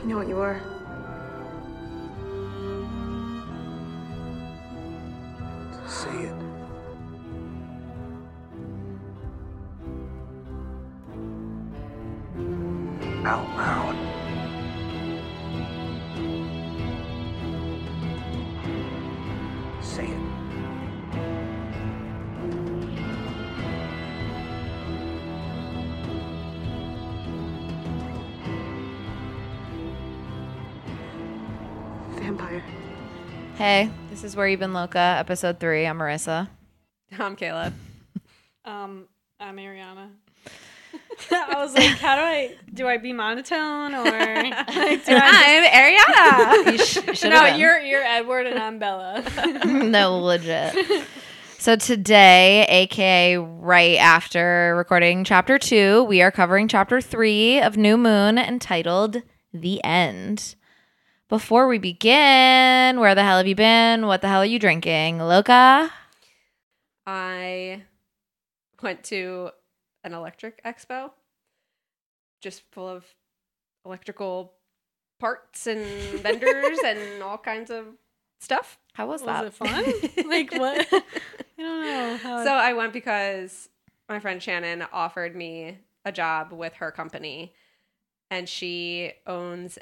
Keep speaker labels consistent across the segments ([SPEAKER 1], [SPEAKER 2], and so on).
[SPEAKER 1] I know what you are.
[SPEAKER 2] Say it. Out loud. Say it.
[SPEAKER 1] Vampire.
[SPEAKER 3] Hey, this is Where You've Been Loca, episode three. I'm Marissa.
[SPEAKER 4] I'm Kayla.
[SPEAKER 5] Um, I'm Ariana. I was like, how do I do I be monotone or like, do I
[SPEAKER 3] I'm Ariana. you sh-
[SPEAKER 5] just,
[SPEAKER 3] should
[SPEAKER 5] No,
[SPEAKER 3] have
[SPEAKER 5] you're you're Edward and I'm Bella.
[SPEAKER 3] been. no, legit. So today, aka right after recording chapter two, we are covering chapter three of New Moon entitled The End. Before we begin, where the hell have you been? What the hell are you drinking? Loca?
[SPEAKER 4] I went to an electric expo just full of electrical parts and vendors and all kinds of stuff.
[SPEAKER 3] How was
[SPEAKER 5] Was
[SPEAKER 3] that?
[SPEAKER 5] it fun? Like what? I don't know. How
[SPEAKER 4] So I went because my friend Shannon offered me a job with her company, and she owns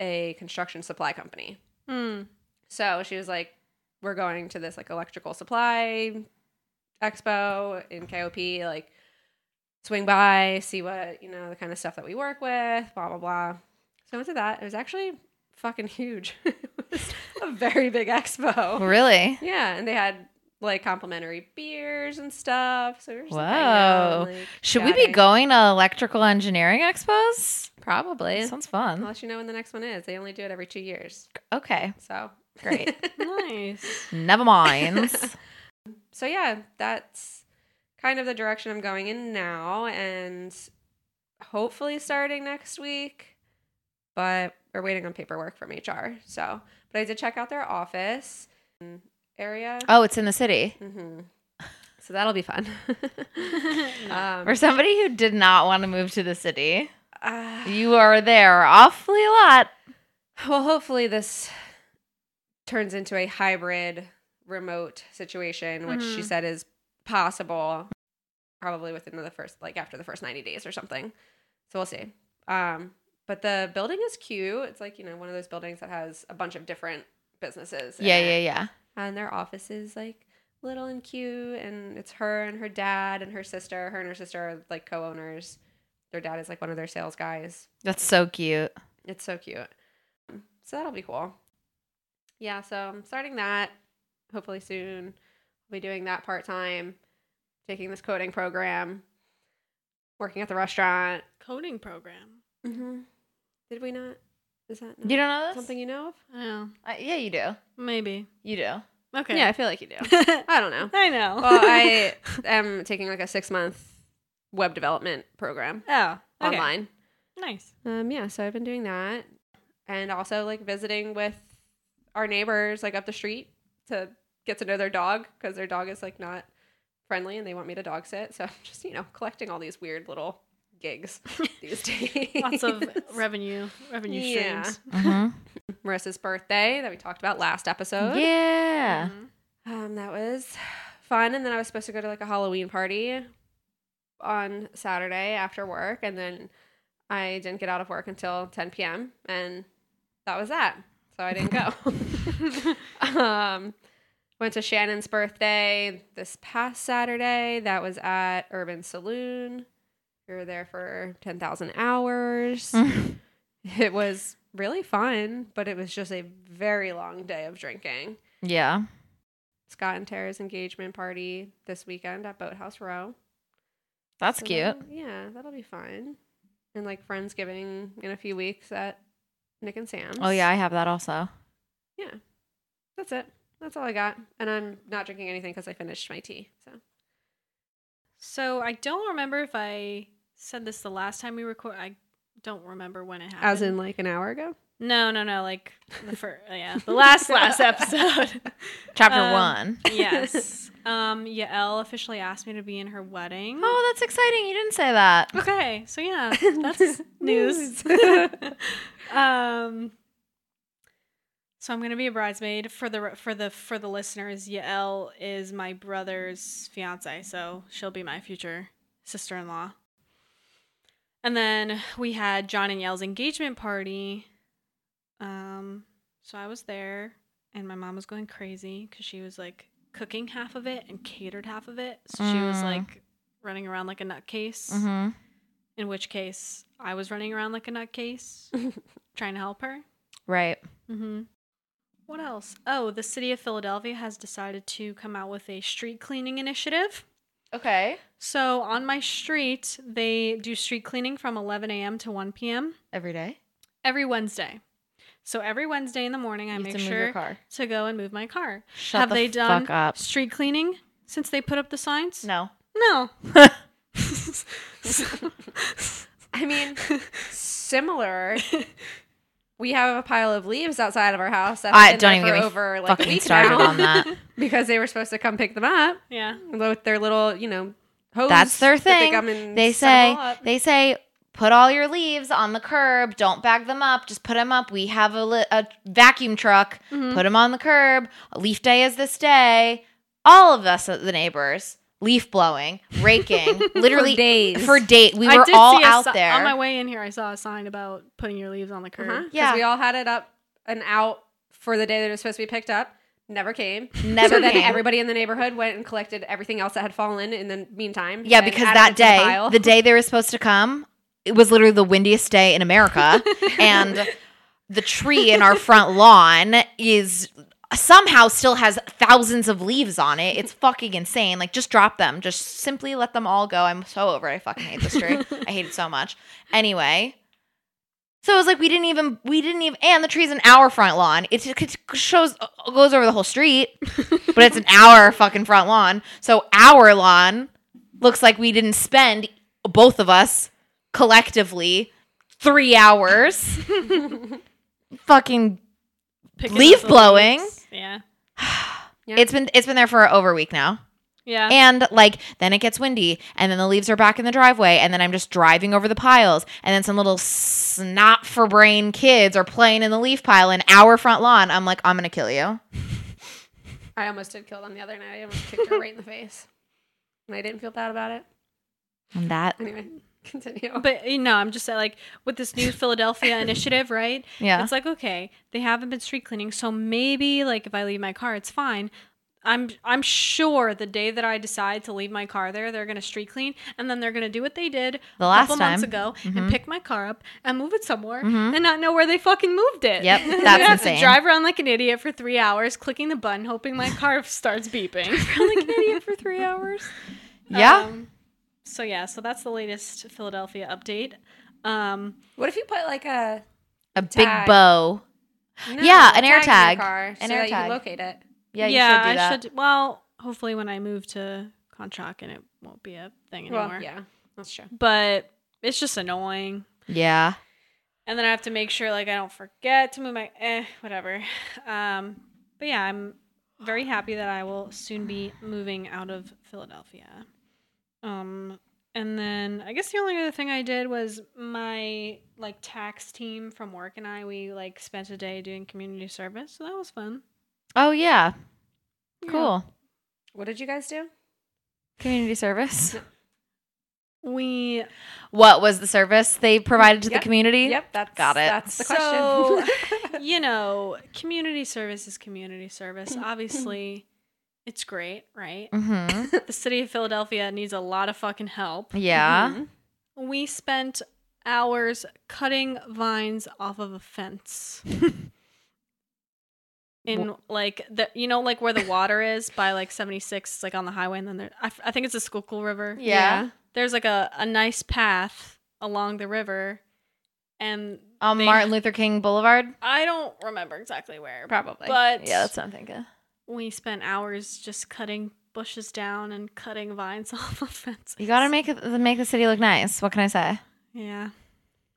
[SPEAKER 4] a construction supply company.
[SPEAKER 5] Mm.
[SPEAKER 4] So she was like, "We're going to this like electrical supply expo in KOP. Like, swing by, see what you know, the kind of stuff that we work with. Blah blah blah." So I went to that. It was actually fucking huge. it was a very big expo.
[SPEAKER 3] Really?
[SPEAKER 4] Yeah, and they had like complimentary beers and stuff. So we were just like, hanging
[SPEAKER 3] Wow.
[SPEAKER 4] out and, like,
[SPEAKER 3] Should we be
[SPEAKER 4] chatting.
[SPEAKER 3] going to electrical engineering expos?
[SPEAKER 4] Probably.
[SPEAKER 3] Sounds fun.
[SPEAKER 4] Unless you know when the next one is. They only do it every two years.
[SPEAKER 3] Okay,
[SPEAKER 4] So
[SPEAKER 3] great.
[SPEAKER 5] Nice.
[SPEAKER 3] Never mind.
[SPEAKER 4] so yeah, that's kind of the direction I'm going in now, and hopefully starting next week. But we're waiting on paperwork from HR. So, but I did check out their office and area.
[SPEAKER 3] Oh, it's in the city.
[SPEAKER 4] hmm So that'll be fun. um,
[SPEAKER 3] For somebody who did not want to move to the city,
[SPEAKER 4] ah,
[SPEAKER 3] you are there awfully a lot.
[SPEAKER 4] well, hopefully this turns into a hybrid remote situation, which she
[SPEAKER 3] Mm-hmm.
[SPEAKER 5] Mhm.
[SPEAKER 4] said is possible probably within the first like after the first 90 days or something. So we'll see. Um but the building is cute. It's like, you know, one of those buildings that has a bunch of different businesses. in
[SPEAKER 3] Yeah,
[SPEAKER 4] it.
[SPEAKER 3] yeah, yeah.
[SPEAKER 4] And their office is like little and cute and it's her and her dad and her sister. Her and her sister are like co-owners. Their dad is like one of their sales guys.
[SPEAKER 3] That's so cute.
[SPEAKER 4] It's so cute. So that'll be cool. Yeah, so I'm starting that hopefully soon. I'll be doing that part time, taking this coding program, working at the restaurant.
[SPEAKER 5] Coding program.
[SPEAKER 4] Mm-hmm. Did we not? Is that
[SPEAKER 5] Mm-hmm.
[SPEAKER 3] You don't know this?
[SPEAKER 4] something you know of?
[SPEAKER 5] Oh,
[SPEAKER 3] Uh, yeah, you do.
[SPEAKER 5] maybe.
[SPEAKER 3] You do.
[SPEAKER 5] Okay.
[SPEAKER 4] Yeah, I feel like you do. I don't know.
[SPEAKER 5] I know.
[SPEAKER 4] Well, I am taking like a six month web development program
[SPEAKER 5] oh okay.
[SPEAKER 4] online.
[SPEAKER 5] Nice.
[SPEAKER 4] Um, yeah, so I've been doing that, and also like visiting with our neighbors like up the street to get to know their dog because their dog is like not friendly, and they want me to dog sit. So I'm just you know collecting all these weird little gigs these days.
[SPEAKER 5] Lots of revenue revenue
[SPEAKER 4] Yeah.
[SPEAKER 5] streams.
[SPEAKER 3] Mhm.
[SPEAKER 4] Marissa's birthday that we talked about last episode.
[SPEAKER 3] Yeah.
[SPEAKER 5] Mhm.
[SPEAKER 4] Um, that was fun, and then I was supposed to go to like a Halloween party on Saturday after work, and then I didn't get out of work until 10 p.m. and that was that. So I didn't go. um, went to Shannon's birthday this past Saturday. That was at Urban Saloon. We were there for 10,000 hours. it was really fun, but it was just a very long day of drinking.
[SPEAKER 5] Mm-hmm.
[SPEAKER 3] yeah.
[SPEAKER 4] Scott and Tara's engagement party this weekend at Boathouse Row.
[SPEAKER 3] That's
[SPEAKER 4] So
[SPEAKER 3] cute.
[SPEAKER 4] that'll- yeah, that'll be fun. And like Friendsgiving in a few weeks at Nick and Sam's.
[SPEAKER 3] Oh, yeah, I have that also.
[SPEAKER 4] That's it. That's all I got. And I'm not drinking anything because I finished my tea. So
[SPEAKER 5] So I don't remember if I said this the last time we record. I don't remember when it happened.
[SPEAKER 4] as in like an hour ago.
[SPEAKER 5] no, no, no. Like the first, yeah, the last last episode.
[SPEAKER 3] Chapter
[SPEAKER 5] Um,
[SPEAKER 3] one.
[SPEAKER 5] yes. Um, Yael officially asked me to be in her wedding.
[SPEAKER 3] Oh, Uh, that's exciting. You didn't say that.
[SPEAKER 5] okay. So yeah, that's news. Um, so I'm gonna be a bridesmaid for the for the for the listeners. Yael is my brother's fiance, so she'll be my future sister-in-law. And then we had John and Yael's engagement party. Um, so I was there, and my mom was going crazy because she was like cooking half of it and catered half of it. So she was
[SPEAKER 3] Mm.
[SPEAKER 5] like running around like a nutcase.
[SPEAKER 3] Mm-hmm.
[SPEAKER 5] In which case, I was running around like a nutcase, trying to help her.
[SPEAKER 3] Right.
[SPEAKER 5] Mm-hmm. What else? Oh, the city of Philadelphia has decided to come out with a street cleaning initiative.
[SPEAKER 3] Okay.
[SPEAKER 5] So on my street, they do street cleaning from 11 a.m. to 1 p.m.
[SPEAKER 3] Every day.
[SPEAKER 5] every Wednesday. So every Wednesday in the morning, I
[SPEAKER 3] You have
[SPEAKER 5] make
[SPEAKER 3] to move
[SPEAKER 5] sure
[SPEAKER 3] your car.
[SPEAKER 5] to go and move my car.
[SPEAKER 3] Shut
[SPEAKER 5] have
[SPEAKER 3] the
[SPEAKER 5] they done
[SPEAKER 3] fuck up.
[SPEAKER 5] street cleaning since they put up the signs?
[SPEAKER 3] No.
[SPEAKER 5] No.
[SPEAKER 4] I mean, similar. We have a pile of leaves outside of our house that
[SPEAKER 3] I
[SPEAKER 4] have been
[SPEAKER 3] don't even
[SPEAKER 4] there
[SPEAKER 3] get me
[SPEAKER 4] for over like a
[SPEAKER 3] fucking
[SPEAKER 4] week
[SPEAKER 3] started
[SPEAKER 4] now
[SPEAKER 3] on that.
[SPEAKER 4] because they were supposed to come pick them up
[SPEAKER 5] yeah.
[SPEAKER 4] with their little, you know, hose.
[SPEAKER 3] That's their
[SPEAKER 4] that
[SPEAKER 3] thing.
[SPEAKER 4] come
[SPEAKER 3] They,
[SPEAKER 4] and set 'em
[SPEAKER 3] say
[SPEAKER 4] all up.
[SPEAKER 3] they say put all your leaves on the curb. Don't bag them up. Just put them up. We have a, li- a vacuum truck.
[SPEAKER 5] Mhm.
[SPEAKER 3] Put them on the curb. Leaf day is this day. All of us, the neighbors, leaf blowing, raking, literally
[SPEAKER 4] days. Uh-huh.
[SPEAKER 3] For date, we
[SPEAKER 5] I
[SPEAKER 3] were
[SPEAKER 5] did
[SPEAKER 3] all
[SPEAKER 5] see a
[SPEAKER 3] out
[SPEAKER 5] si-
[SPEAKER 3] there.
[SPEAKER 5] On my way in here, I saw a sign about putting your leaves on the curb.
[SPEAKER 4] Uh-huh.
[SPEAKER 3] Yeah.
[SPEAKER 4] Yeah. We all had it up and out for the day that it was supposed to be picked up. Never came.
[SPEAKER 3] Never
[SPEAKER 4] so then
[SPEAKER 3] came.
[SPEAKER 4] everybody in the neighborhood went and collected everything else that had fallen in the meantime.
[SPEAKER 3] Yeah,
[SPEAKER 4] and
[SPEAKER 3] because
[SPEAKER 4] added
[SPEAKER 3] that
[SPEAKER 4] it to the
[SPEAKER 3] day,
[SPEAKER 4] pile.
[SPEAKER 3] the, day they were supposed to come, it was literally the windiest day in America. and the tree in our front lawn is somehow still has thousands of leaves on it. It's fucking insane. Like, just drop them. Just simply let them all go. I'm so over it. I fucking hate this tree. I hate it so much. Anyway. So it was like we didn't even we didn't even and the tree's an hour front lawn. It, it shows goes over the whole street, but it's an hour fucking front lawn. So our lawn looks like we didn't spend both of us collectively three hours fucking
[SPEAKER 5] Picking
[SPEAKER 3] Leaf
[SPEAKER 5] up the
[SPEAKER 3] blowing?
[SPEAKER 5] leaves. Yeah.
[SPEAKER 4] Yeah.
[SPEAKER 3] it's been it's been there for over a week now
[SPEAKER 5] Yeah.
[SPEAKER 3] and like then it gets windy and then the leaves are back in the driveway and then i'm just driving over the piles and then some little snot for brain kids are playing in the leaf pile in our front lawn i'm like i'm gonna kill you
[SPEAKER 4] I almost did kill them the other night. I almost kicked her right in the face. And I didn't feel bad about it.
[SPEAKER 3] and that
[SPEAKER 4] Anyway, continue.
[SPEAKER 5] But you know, I'm just uh, like with this new Philadelphia initiative, right?
[SPEAKER 3] yeah
[SPEAKER 5] It's like okay, they haven't been street cleaning, so maybe like if I leave my car, it's fine. I'm I'm sure the day that I decide to leave my car there, they're gonna street clean, and then they're gonna do what they did
[SPEAKER 3] The
[SPEAKER 5] a
[SPEAKER 3] last
[SPEAKER 5] couple months
[SPEAKER 3] time.
[SPEAKER 5] ago
[SPEAKER 3] Mhm.
[SPEAKER 5] and pick my car up and move it somewhere
[SPEAKER 3] Mhm.
[SPEAKER 5] and not know where they fucking moved it.
[SPEAKER 3] Yep,
[SPEAKER 5] And then
[SPEAKER 3] that's
[SPEAKER 5] I have
[SPEAKER 3] insane.
[SPEAKER 5] To drive around like an idiot for three hours, clicking the button, hoping my car starts beeping.
[SPEAKER 4] I'm like an idiot for three hours.
[SPEAKER 3] yeah
[SPEAKER 5] Um, so yeah, so that's the latest Philadelphia update. Um,
[SPEAKER 4] What if you put like a
[SPEAKER 3] a big
[SPEAKER 4] tag.
[SPEAKER 3] bow Yeah,
[SPEAKER 4] a
[SPEAKER 3] an air
[SPEAKER 4] in
[SPEAKER 3] tag.
[SPEAKER 4] your car
[SPEAKER 3] An
[SPEAKER 4] so
[SPEAKER 3] air
[SPEAKER 4] that
[SPEAKER 3] tag.
[SPEAKER 4] you can locate it.
[SPEAKER 3] yeah you should do
[SPEAKER 5] I
[SPEAKER 3] that
[SPEAKER 5] should- Well, hopefully when I move to Contract and it won't be a thing anymore.
[SPEAKER 4] Well, yeah, that's
[SPEAKER 3] Mm.
[SPEAKER 4] true.
[SPEAKER 5] But it's just annoying.
[SPEAKER 3] yeah
[SPEAKER 5] And then I have to make sure like I don't forget to move my eh whatever. Um, but yeah, I'm very happy that I will soon be moving out of Philadelphia. Um, and then I guess the only other thing I did was my like tax team from work and I we like spent a day doing community service, so that was fun.
[SPEAKER 3] oh yeah
[SPEAKER 5] Yeah.
[SPEAKER 3] cool
[SPEAKER 4] What did you guys do?
[SPEAKER 3] community service
[SPEAKER 5] We
[SPEAKER 3] what was the service they provided to
[SPEAKER 4] Yep.
[SPEAKER 3] the community
[SPEAKER 4] Yep, that's
[SPEAKER 3] Got it.
[SPEAKER 4] That's the
[SPEAKER 5] So-
[SPEAKER 4] question.
[SPEAKER 5] you know, community service is community service. Obviously, it's great, right?
[SPEAKER 3] mm-hmm
[SPEAKER 5] The city of Philadelphia needs a lot of fucking help.
[SPEAKER 3] yeah
[SPEAKER 5] Mm-hmm.
[SPEAKER 4] Mhm.
[SPEAKER 5] We spent hours cutting vines off of a fence. In like the you know like where the water is by like 76 it's like on the highway and then there I, f- I think it's a Schuylkill River.
[SPEAKER 3] yeah,
[SPEAKER 5] There's like a, a nice path along the river and
[SPEAKER 3] on
[SPEAKER 5] They-
[SPEAKER 3] martin luther king boulevard
[SPEAKER 5] I don't remember exactly where
[SPEAKER 4] Probably.
[SPEAKER 5] but
[SPEAKER 3] yeah that's what i'm thinking
[SPEAKER 5] we spent hours just cutting bushes down and cutting vines off of fences.
[SPEAKER 3] You gotta make it, make the city look nice. What can I say?
[SPEAKER 5] Yeah.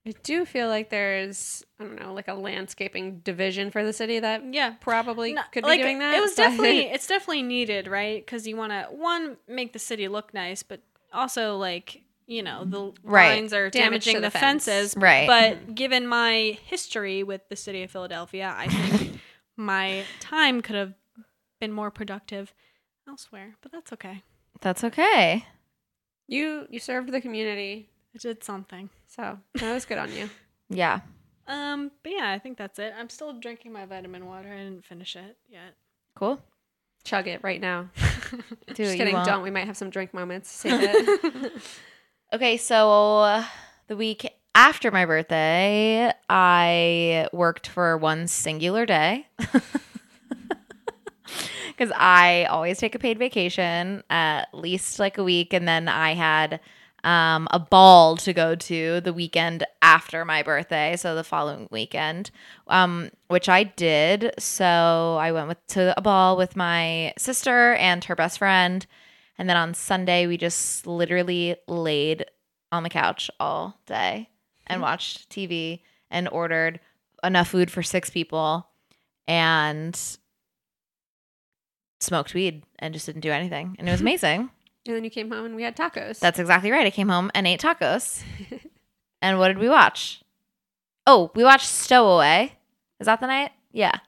[SPEAKER 4] I do feel like there's, I don't know, like a landscaping division for the city that
[SPEAKER 5] Yeah.
[SPEAKER 4] probably
[SPEAKER 5] No,
[SPEAKER 4] could
[SPEAKER 5] like,
[SPEAKER 4] be doing that.
[SPEAKER 5] It was
[SPEAKER 4] but-
[SPEAKER 5] definitely it's definitely needed, right? Because you want to one make the city look nice, but also like you know, the
[SPEAKER 3] Right.
[SPEAKER 5] lines are
[SPEAKER 4] Mm, Damage to
[SPEAKER 5] damaging
[SPEAKER 4] the
[SPEAKER 5] the
[SPEAKER 4] fence.
[SPEAKER 5] fences.
[SPEAKER 3] Right.
[SPEAKER 5] But given my history with the city of Philadelphia, I think my time could have been more productive elsewhere. But that's okay.
[SPEAKER 3] That's okay.
[SPEAKER 4] You you served the community,
[SPEAKER 5] I did something.
[SPEAKER 4] so that was good on you.
[SPEAKER 3] Yeah.
[SPEAKER 5] Um, but yeah, I think that's it. I'm still drinking my vitamin water. I didn't finish it yet.
[SPEAKER 3] Cool.
[SPEAKER 4] Chug it right now.
[SPEAKER 3] Do what
[SPEAKER 4] Just
[SPEAKER 3] you
[SPEAKER 4] kidding.
[SPEAKER 3] want.
[SPEAKER 4] Don't. We might have some drink moments. Save it.
[SPEAKER 3] Okay, so uh, the week after my birthday, I worked for one singular day. Because I always take a paid vacation, at least like a week. And then I had um, a ball to go to the weekend after my birthday. So the following weekend, um, which I did. So I went with, to a ball with my sister and her best friend. And then on Sunday, we just literally laid on the couch all day and watched TV and ordered enough food for six people and smoked weed and just didn't do anything. And it was amazing.
[SPEAKER 4] and then you came home and we had tacos.
[SPEAKER 3] That's exactly right. I came home and ate tacos. and what did we watch? Oh, we watched Stowaway. Is that the night? Yeah.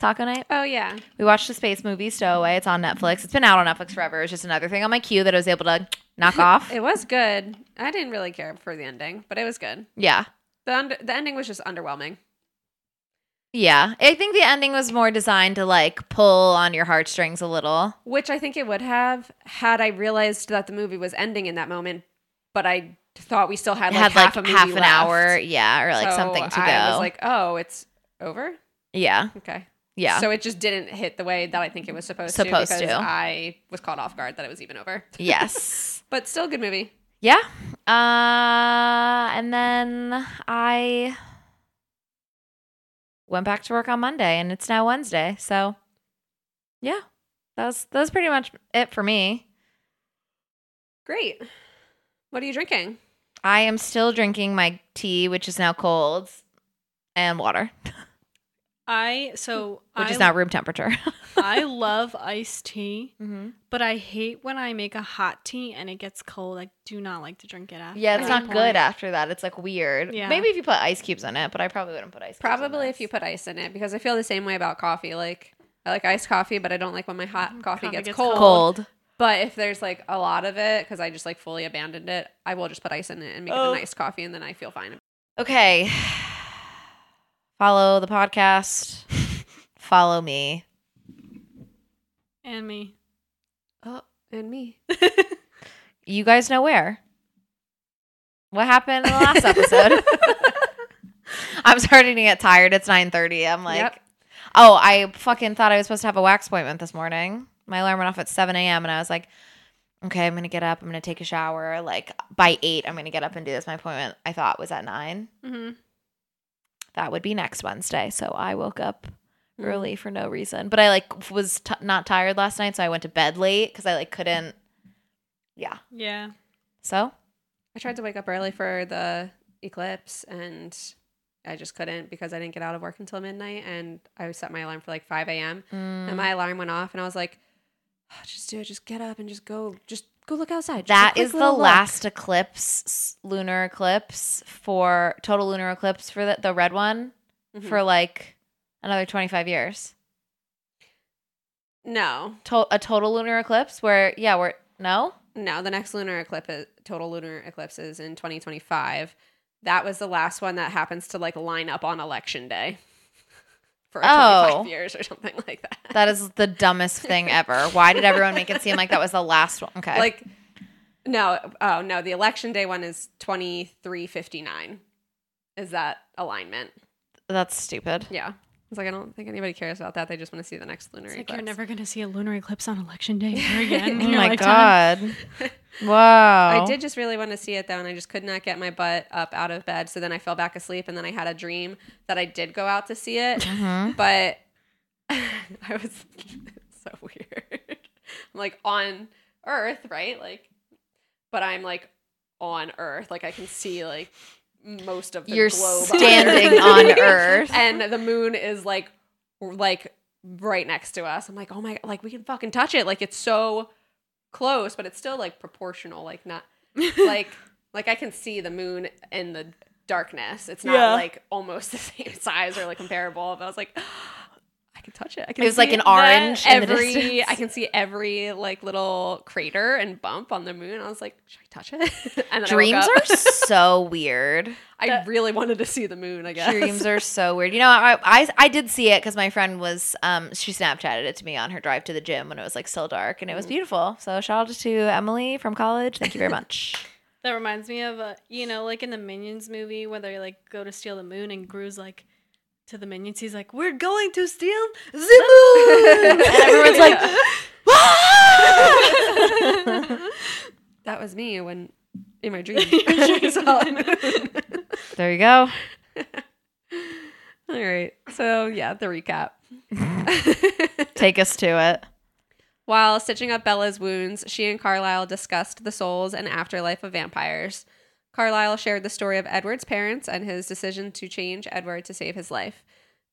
[SPEAKER 3] Taco night?
[SPEAKER 4] oh yeah.
[SPEAKER 3] We watched the space movie Stowaway. It's on Netflix. It's been out on Netflix forever. It's just another thing on my queue that I was able to knock off.
[SPEAKER 4] It was good. I didn't really care for the ending, but it was good.
[SPEAKER 3] Yeah.
[SPEAKER 4] The under- the ending was just underwhelming.
[SPEAKER 3] Yeah. I think the ending was more designed to like pull on your heartstrings a little.
[SPEAKER 4] Which I think it would have had I realized that the movie was ending in that moment, but I thought we still had
[SPEAKER 3] It
[SPEAKER 4] like,
[SPEAKER 3] had like
[SPEAKER 4] half a movie
[SPEAKER 3] half an
[SPEAKER 4] left.
[SPEAKER 3] hour. Yeah. Or like
[SPEAKER 4] So
[SPEAKER 3] something to
[SPEAKER 4] I
[SPEAKER 3] go.
[SPEAKER 4] was like, oh, it's over.
[SPEAKER 3] yeah.
[SPEAKER 4] Okay.
[SPEAKER 3] Yeah.
[SPEAKER 4] So it just didn't hit the way that I think it was supposed,
[SPEAKER 3] Supposed
[SPEAKER 4] to. Because
[SPEAKER 3] to.
[SPEAKER 4] I was caught off guard that it was even over.
[SPEAKER 3] yes.
[SPEAKER 4] But still, a good movie.
[SPEAKER 3] Yeah. Uh, and then I went back to work on Monday, and it's now Wednesday. So, yeah, that was that was pretty much it for me.
[SPEAKER 4] Great. What are you drinking?
[SPEAKER 3] I am still drinking my tea, which is now cold, and water,
[SPEAKER 5] I so
[SPEAKER 3] which
[SPEAKER 5] I,
[SPEAKER 3] is now room temperature.
[SPEAKER 5] I love iced tea,
[SPEAKER 3] mm-hmm.
[SPEAKER 5] but I hate when I make a hot tea and it gets cold. I do not like to drink it after.
[SPEAKER 3] Yeah, it's
[SPEAKER 5] that
[SPEAKER 3] not
[SPEAKER 5] point.
[SPEAKER 3] good after that. It's like weird.
[SPEAKER 5] Yeah.
[SPEAKER 3] Maybe if you put ice cubes on it, but I probably wouldn't put ice. cubes on
[SPEAKER 4] Probably if
[SPEAKER 3] this.
[SPEAKER 4] you put ice in it, because I feel the same way about coffee. Like I like iced coffee, but I don't like when my hot
[SPEAKER 3] Mm,
[SPEAKER 4] coffee,
[SPEAKER 5] Coffee
[SPEAKER 4] gets,
[SPEAKER 5] gets
[SPEAKER 4] cold.
[SPEAKER 3] cold.
[SPEAKER 4] But if there's like a lot of it, because I just like fully abandoned it, I will just put ice in it and make
[SPEAKER 5] Oh.
[SPEAKER 4] it an iced coffee, and then I feel fine.
[SPEAKER 3] Okay. Follow the podcast. Follow me.
[SPEAKER 5] And me.
[SPEAKER 4] Oh, and me.
[SPEAKER 3] You guys know where. What happened in the last episode? I'm starting to get tired. It's 9:30. I'm like,
[SPEAKER 4] Yep.
[SPEAKER 3] oh, I fucking thought I was supposed to have a wax appointment this morning. My alarm went off at 7 a.m. and I was like, okay, I'm gonna get up. I'm gonna take a shower. Like by eight, I'm gonna get up and do this. My appointment I thought was at nine.
[SPEAKER 4] Mm-hmm.
[SPEAKER 3] That would be next Wednesday. So I woke up early for no reason. But I like was t- not tired last night, so I went to bed late because I like couldn't. Yeah.
[SPEAKER 5] Yeah.
[SPEAKER 3] So
[SPEAKER 4] I tried to wake up early for the eclipse, and I just couldn't because I didn't get out of work until midnight, and I set my alarm for like 5 a.m.
[SPEAKER 3] mm,
[SPEAKER 4] and my alarm went off, and I was like, "Ah, just do it, just get up and just go, just go look outside. Just a
[SPEAKER 3] that
[SPEAKER 4] quick
[SPEAKER 3] is the
[SPEAKER 4] little look."
[SPEAKER 3] last eclipse, s- lunar eclipse for total lunar eclipse for the, the red one
[SPEAKER 4] Mhm.
[SPEAKER 3] for like another 25 years.
[SPEAKER 4] no,
[SPEAKER 3] To- a total lunar eclipse where, yeah, we're no.
[SPEAKER 4] no. The next lunar eclipse, total lunar eclipse, is in 2025. That was the last one that happens to like line up on election day for
[SPEAKER 3] Oh.
[SPEAKER 4] 25 years or something like that.
[SPEAKER 3] That is the dumbest thing ever. Why did everyone make it seem like that was the last one? Okay.
[SPEAKER 4] like no oh no the election day one is 2359 is that alignment
[SPEAKER 3] that's stupid.
[SPEAKER 4] yeah it's like i don't think anybody cares about that they just want to see the next lunar
[SPEAKER 5] It's like
[SPEAKER 4] eclipse
[SPEAKER 5] you're never gonna see a lunar eclipse on election day ever again.
[SPEAKER 3] Oh
[SPEAKER 5] in your
[SPEAKER 3] my
[SPEAKER 5] lifetime.
[SPEAKER 3] God. Wow.
[SPEAKER 5] Oh.
[SPEAKER 4] i did just really want to see it though and i just could not get my butt up out of bed so then i fell back asleep and then i had a dream that i did go out to see it
[SPEAKER 3] Mhm.
[SPEAKER 4] but i was so weird i'm like on earth right like but i'm like on earth like i can see like most of the
[SPEAKER 3] You're
[SPEAKER 4] globe
[SPEAKER 3] standing on Earth.
[SPEAKER 4] and the moon is like like right next to us i'm like oh my like we can fucking touch it like it's so close but it's still like proportional like not like like I can see the moon in the darkness. It's not
[SPEAKER 5] Yeah.
[SPEAKER 4] like almost the same size or like comparable. But I was like, "Ah, I can touch it. I can
[SPEAKER 3] It was
[SPEAKER 4] see
[SPEAKER 3] like an
[SPEAKER 4] that
[SPEAKER 3] orange in the
[SPEAKER 4] Every
[SPEAKER 3] distance.
[SPEAKER 4] I can see every like little crater and bump on the moon. I was like, should I touch it? and then
[SPEAKER 3] Dreams
[SPEAKER 4] I, woke
[SPEAKER 3] are
[SPEAKER 4] up.
[SPEAKER 3] so weird.
[SPEAKER 4] I really wanted to see the moon. I guess
[SPEAKER 3] Dreams are so weird. You know, I I, I did see it because my friend was um she Snapchatted it to me on her drive to the gym when it was like still dark and it was beautiful. So shout out to Emily from college. Thank you very much.
[SPEAKER 5] That reminds me of, uh, you know, like in the Minions movie where they like go to steal the moon and Gru's like to the Minions, he's like, "We're going to steal the moon," and everyone's like,
[SPEAKER 4] that was me when in my dream I saw a moon.
[SPEAKER 3] there you go.
[SPEAKER 4] All right. So yeah, the recap.
[SPEAKER 3] Take us to it.
[SPEAKER 4] While stitching up Bella's wounds, she and Carlyle discussed the souls and afterlife of vampires. Carlyle shared the story of Edward's parents and his decision to change Edward to save his life.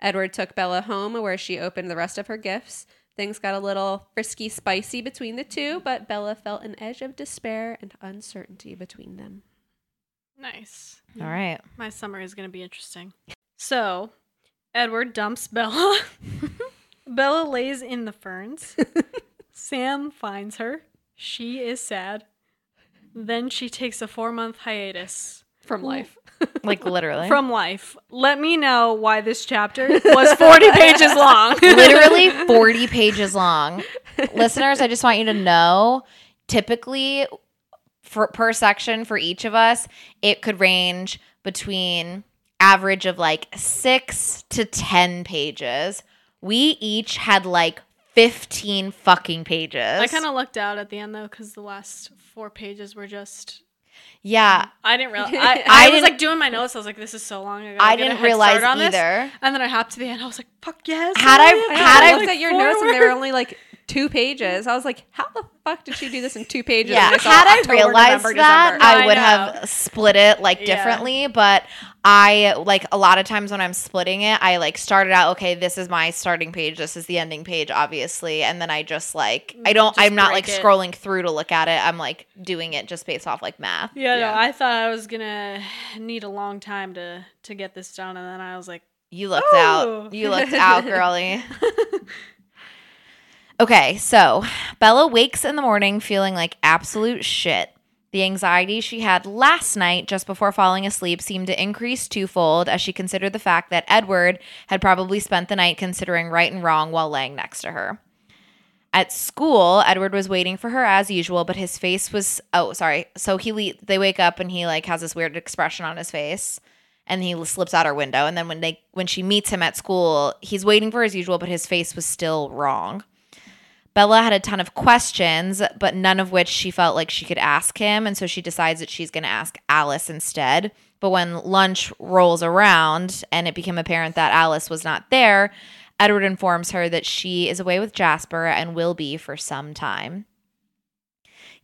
[SPEAKER 4] Edward took Bella home where she opened the rest of her gifts. Things got a little frisky spicy between the two, but Bella felt an edge of despair and uncertainty between them.
[SPEAKER 5] "Nice."
[SPEAKER 3] All right.
[SPEAKER 5] My summer is going to be interesting. So, Edward dumps Bella. Bella lays in the ferns. Sam finds her. She is sad. Then she takes a four month hiatus
[SPEAKER 4] From life.
[SPEAKER 3] Like literally.
[SPEAKER 5] from life. Let me know why this chapter was 40 pages long.
[SPEAKER 3] literally 40 pages long. Listeners, I just want you to know typically for per section for each of us, it could range between average of like 6 to 10 pages. We each had like 15 fucking pages.
[SPEAKER 5] I kind of lucked out at the end though, because the last four pages were just.
[SPEAKER 3] Yeah,
[SPEAKER 5] I didn't realize. I,
[SPEAKER 3] I
[SPEAKER 5] I, was
[SPEAKER 3] didn't-
[SPEAKER 5] like doing my notes. I was like, "This is so long." I, gotta
[SPEAKER 3] I
[SPEAKER 5] get a
[SPEAKER 3] didn't
[SPEAKER 5] head
[SPEAKER 3] realize
[SPEAKER 5] start on this."
[SPEAKER 3] either.
[SPEAKER 5] And then I hopped to the end. I was like, "Fuck yes!"
[SPEAKER 3] Had I-
[SPEAKER 5] am."
[SPEAKER 3] had I-
[SPEAKER 5] looked
[SPEAKER 4] looked at your notes and they were only like two pages. I was like, how the fuck did she do this in two pages?
[SPEAKER 3] Yeah,
[SPEAKER 4] And it's all
[SPEAKER 3] had I
[SPEAKER 4] October,
[SPEAKER 3] realized
[SPEAKER 4] November,
[SPEAKER 3] that,
[SPEAKER 4] December.
[SPEAKER 3] I
[SPEAKER 5] I
[SPEAKER 3] would
[SPEAKER 5] know.
[SPEAKER 3] have split it like
[SPEAKER 5] Yeah.
[SPEAKER 3] differently. But I like a lot of times when I'm splitting it, I like started out okay. This is my starting page. This is the ending page, obviously. And then I just like I don't.
[SPEAKER 5] Mm, Just
[SPEAKER 3] I'm not like
[SPEAKER 5] break it.
[SPEAKER 3] scrolling through to look at it. I'm like doing it just based off like math.
[SPEAKER 5] Yeah,
[SPEAKER 4] Yeah.
[SPEAKER 5] no, I thought I was gonna need a long time to to get this done, and then I was like,
[SPEAKER 3] You looked
[SPEAKER 5] Oh.
[SPEAKER 3] out. You looked out, girly. okay, so Bella wakes in the morning feeling like absolute shit. The anxiety she had last night just before falling asleep seemed to increase twofold as she considered the fact that Edward had probably spent the night considering right and wrong while laying next to her. At school, Edward was waiting for her as usual, but his face was oh, sorry. So he le- they wake up and he like has this weird expression on his face and he slips out her window and then when they when she meets him at school, he's waiting for his usual but his face was still wrong. Bella had a ton of questions, but none of which she felt like she could ask him. And so she decides that she's going to ask Alice instead. But when lunch rolls around and it became apparent that Alice was not there, Edward informs her that she is away with Jasper and will be for some time.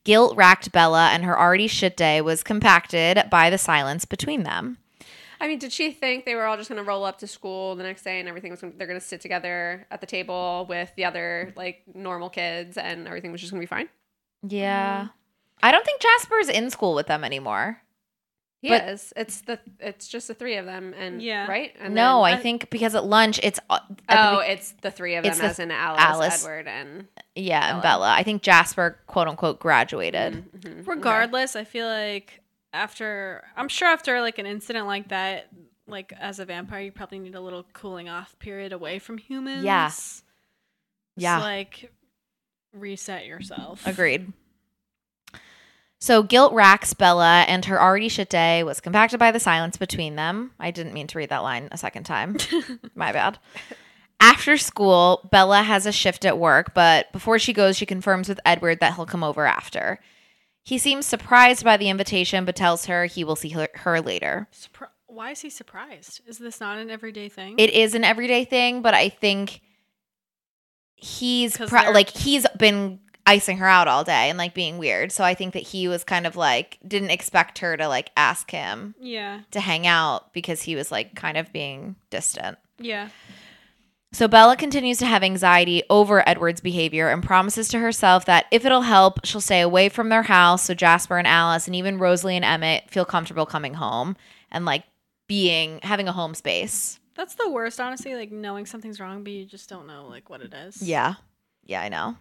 [SPEAKER 3] Guilt racked Bella, and her already shit day was compacted by the silence between them.
[SPEAKER 4] I mean, did she think they were all just going to roll up to school the next day and everything was gonna, they're going to sit together at the table with the other like normal kids and everything was just going to be fine?
[SPEAKER 3] Yeah. Mm-hmm. I don't think Jasper's in school with them anymore. But-
[SPEAKER 4] Yes, it's the it's just the three of them and
[SPEAKER 5] Yeah.
[SPEAKER 4] right. And
[SPEAKER 3] no,
[SPEAKER 4] then-
[SPEAKER 3] I think because at lunch it's uh, at the
[SPEAKER 4] oh, it's the three of them
[SPEAKER 3] It's the
[SPEAKER 4] as in Alice,
[SPEAKER 3] Alice.
[SPEAKER 4] Edward, and
[SPEAKER 3] Yeah, and
[SPEAKER 4] Bella.
[SPEAKER 3] Bella. I think Jasper, quote unquote, graduated.
[SPEAKER 4] Mhm, mhm, okay.
[SPEAKER 5] regardless, I feel like after I'm sure after like an incident like that, like as a vampire, you probably need a little cooling off period away from humans. Just,
[SPEAKER 3] Yeah.
[SPEAKER 5] like reset yourself.
[SPEAKER 3] Agreed. So guilt racks Bella, and her already shit day was compacted by the silence between them. I didn't mean to read that line a second time. My bad. After school, Bella has a shift at work, but before she goes, she confirms with Edward that he'll come over after. He seems surprised by the invitation, but tells her he will see her, her later.
[SPEAKER 5] Surpri- Why is he surprised? Is this not an everyday thing?
[SPEAKER 3] It is an everyday thing, but I think he's
[SPEAKER 5] 'Cause
[SPEAKER 3] pro-
[SPEAKER 5] they're-
[SPEAKER 3] like he's been icing her out all day and like being weird. So I think that he was kind of like didn't expect her to like ask him
[SPEAKER 5] yeah.
[SPEAKER 3] to hang out because he was like kind of being distant.
[SPEAKER 5] Yeah.
[SPEAKER 3] So Bella continues to have anxiety over Edward's behavior and promises to herself that if it'll help, she'll stay away from their house so Jasper and Alice and even Rosalie and Emmett feel comfortable coming home and like being having a home space.
[SPEAKER 5] That's the worst, honestly, like knowing something's wrong, but you just don't know like what it is.
[SPEAKER 3] Yeah. Yeah, I know.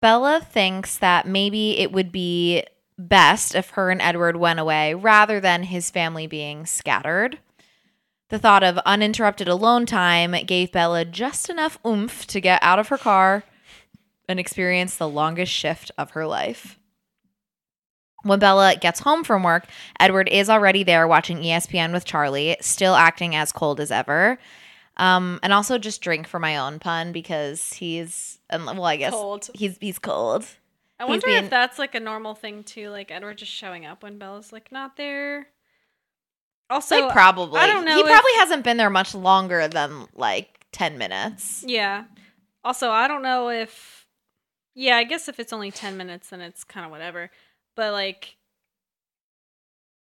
[SPEAKER 3] Bella thinks that maybe it would be best if her and Edward went away rather than his family being scattered. The thought of uninterrupted alone time gave Bella just enough oomph to get out of her car and experience the longest shift of her life. When Bella gets home from work, Edward is already there watching E ESPN with Charlie, still acting as cold as ever. Um, and also just drink for my own pun because he's and well, I guess
[SPEAKER 5] Cold.
[SPEAKER 3] he's he's cold.
[SPEAKER 5] I
[SPEAKER 3] He's
[SPEAKER 5] wonder
[SPEAKER 3] being-
[SPEAKER 5] if that's like a normal thing too, like Edward just showing up when Bella's like not there. Also,
[SPEAKER 3] like probably.
[SPEAKER 5] I don't know
[SPEAKER 3] He
[SPEAKER 5] if-
[SPEAKER 3] probably hasn't been there much longer than like ten minutes.
[SPEAKER 5] yeah. Also, I don't know if, yeah, I guess if it's only ten minutes, then it's kind of whatever. But like,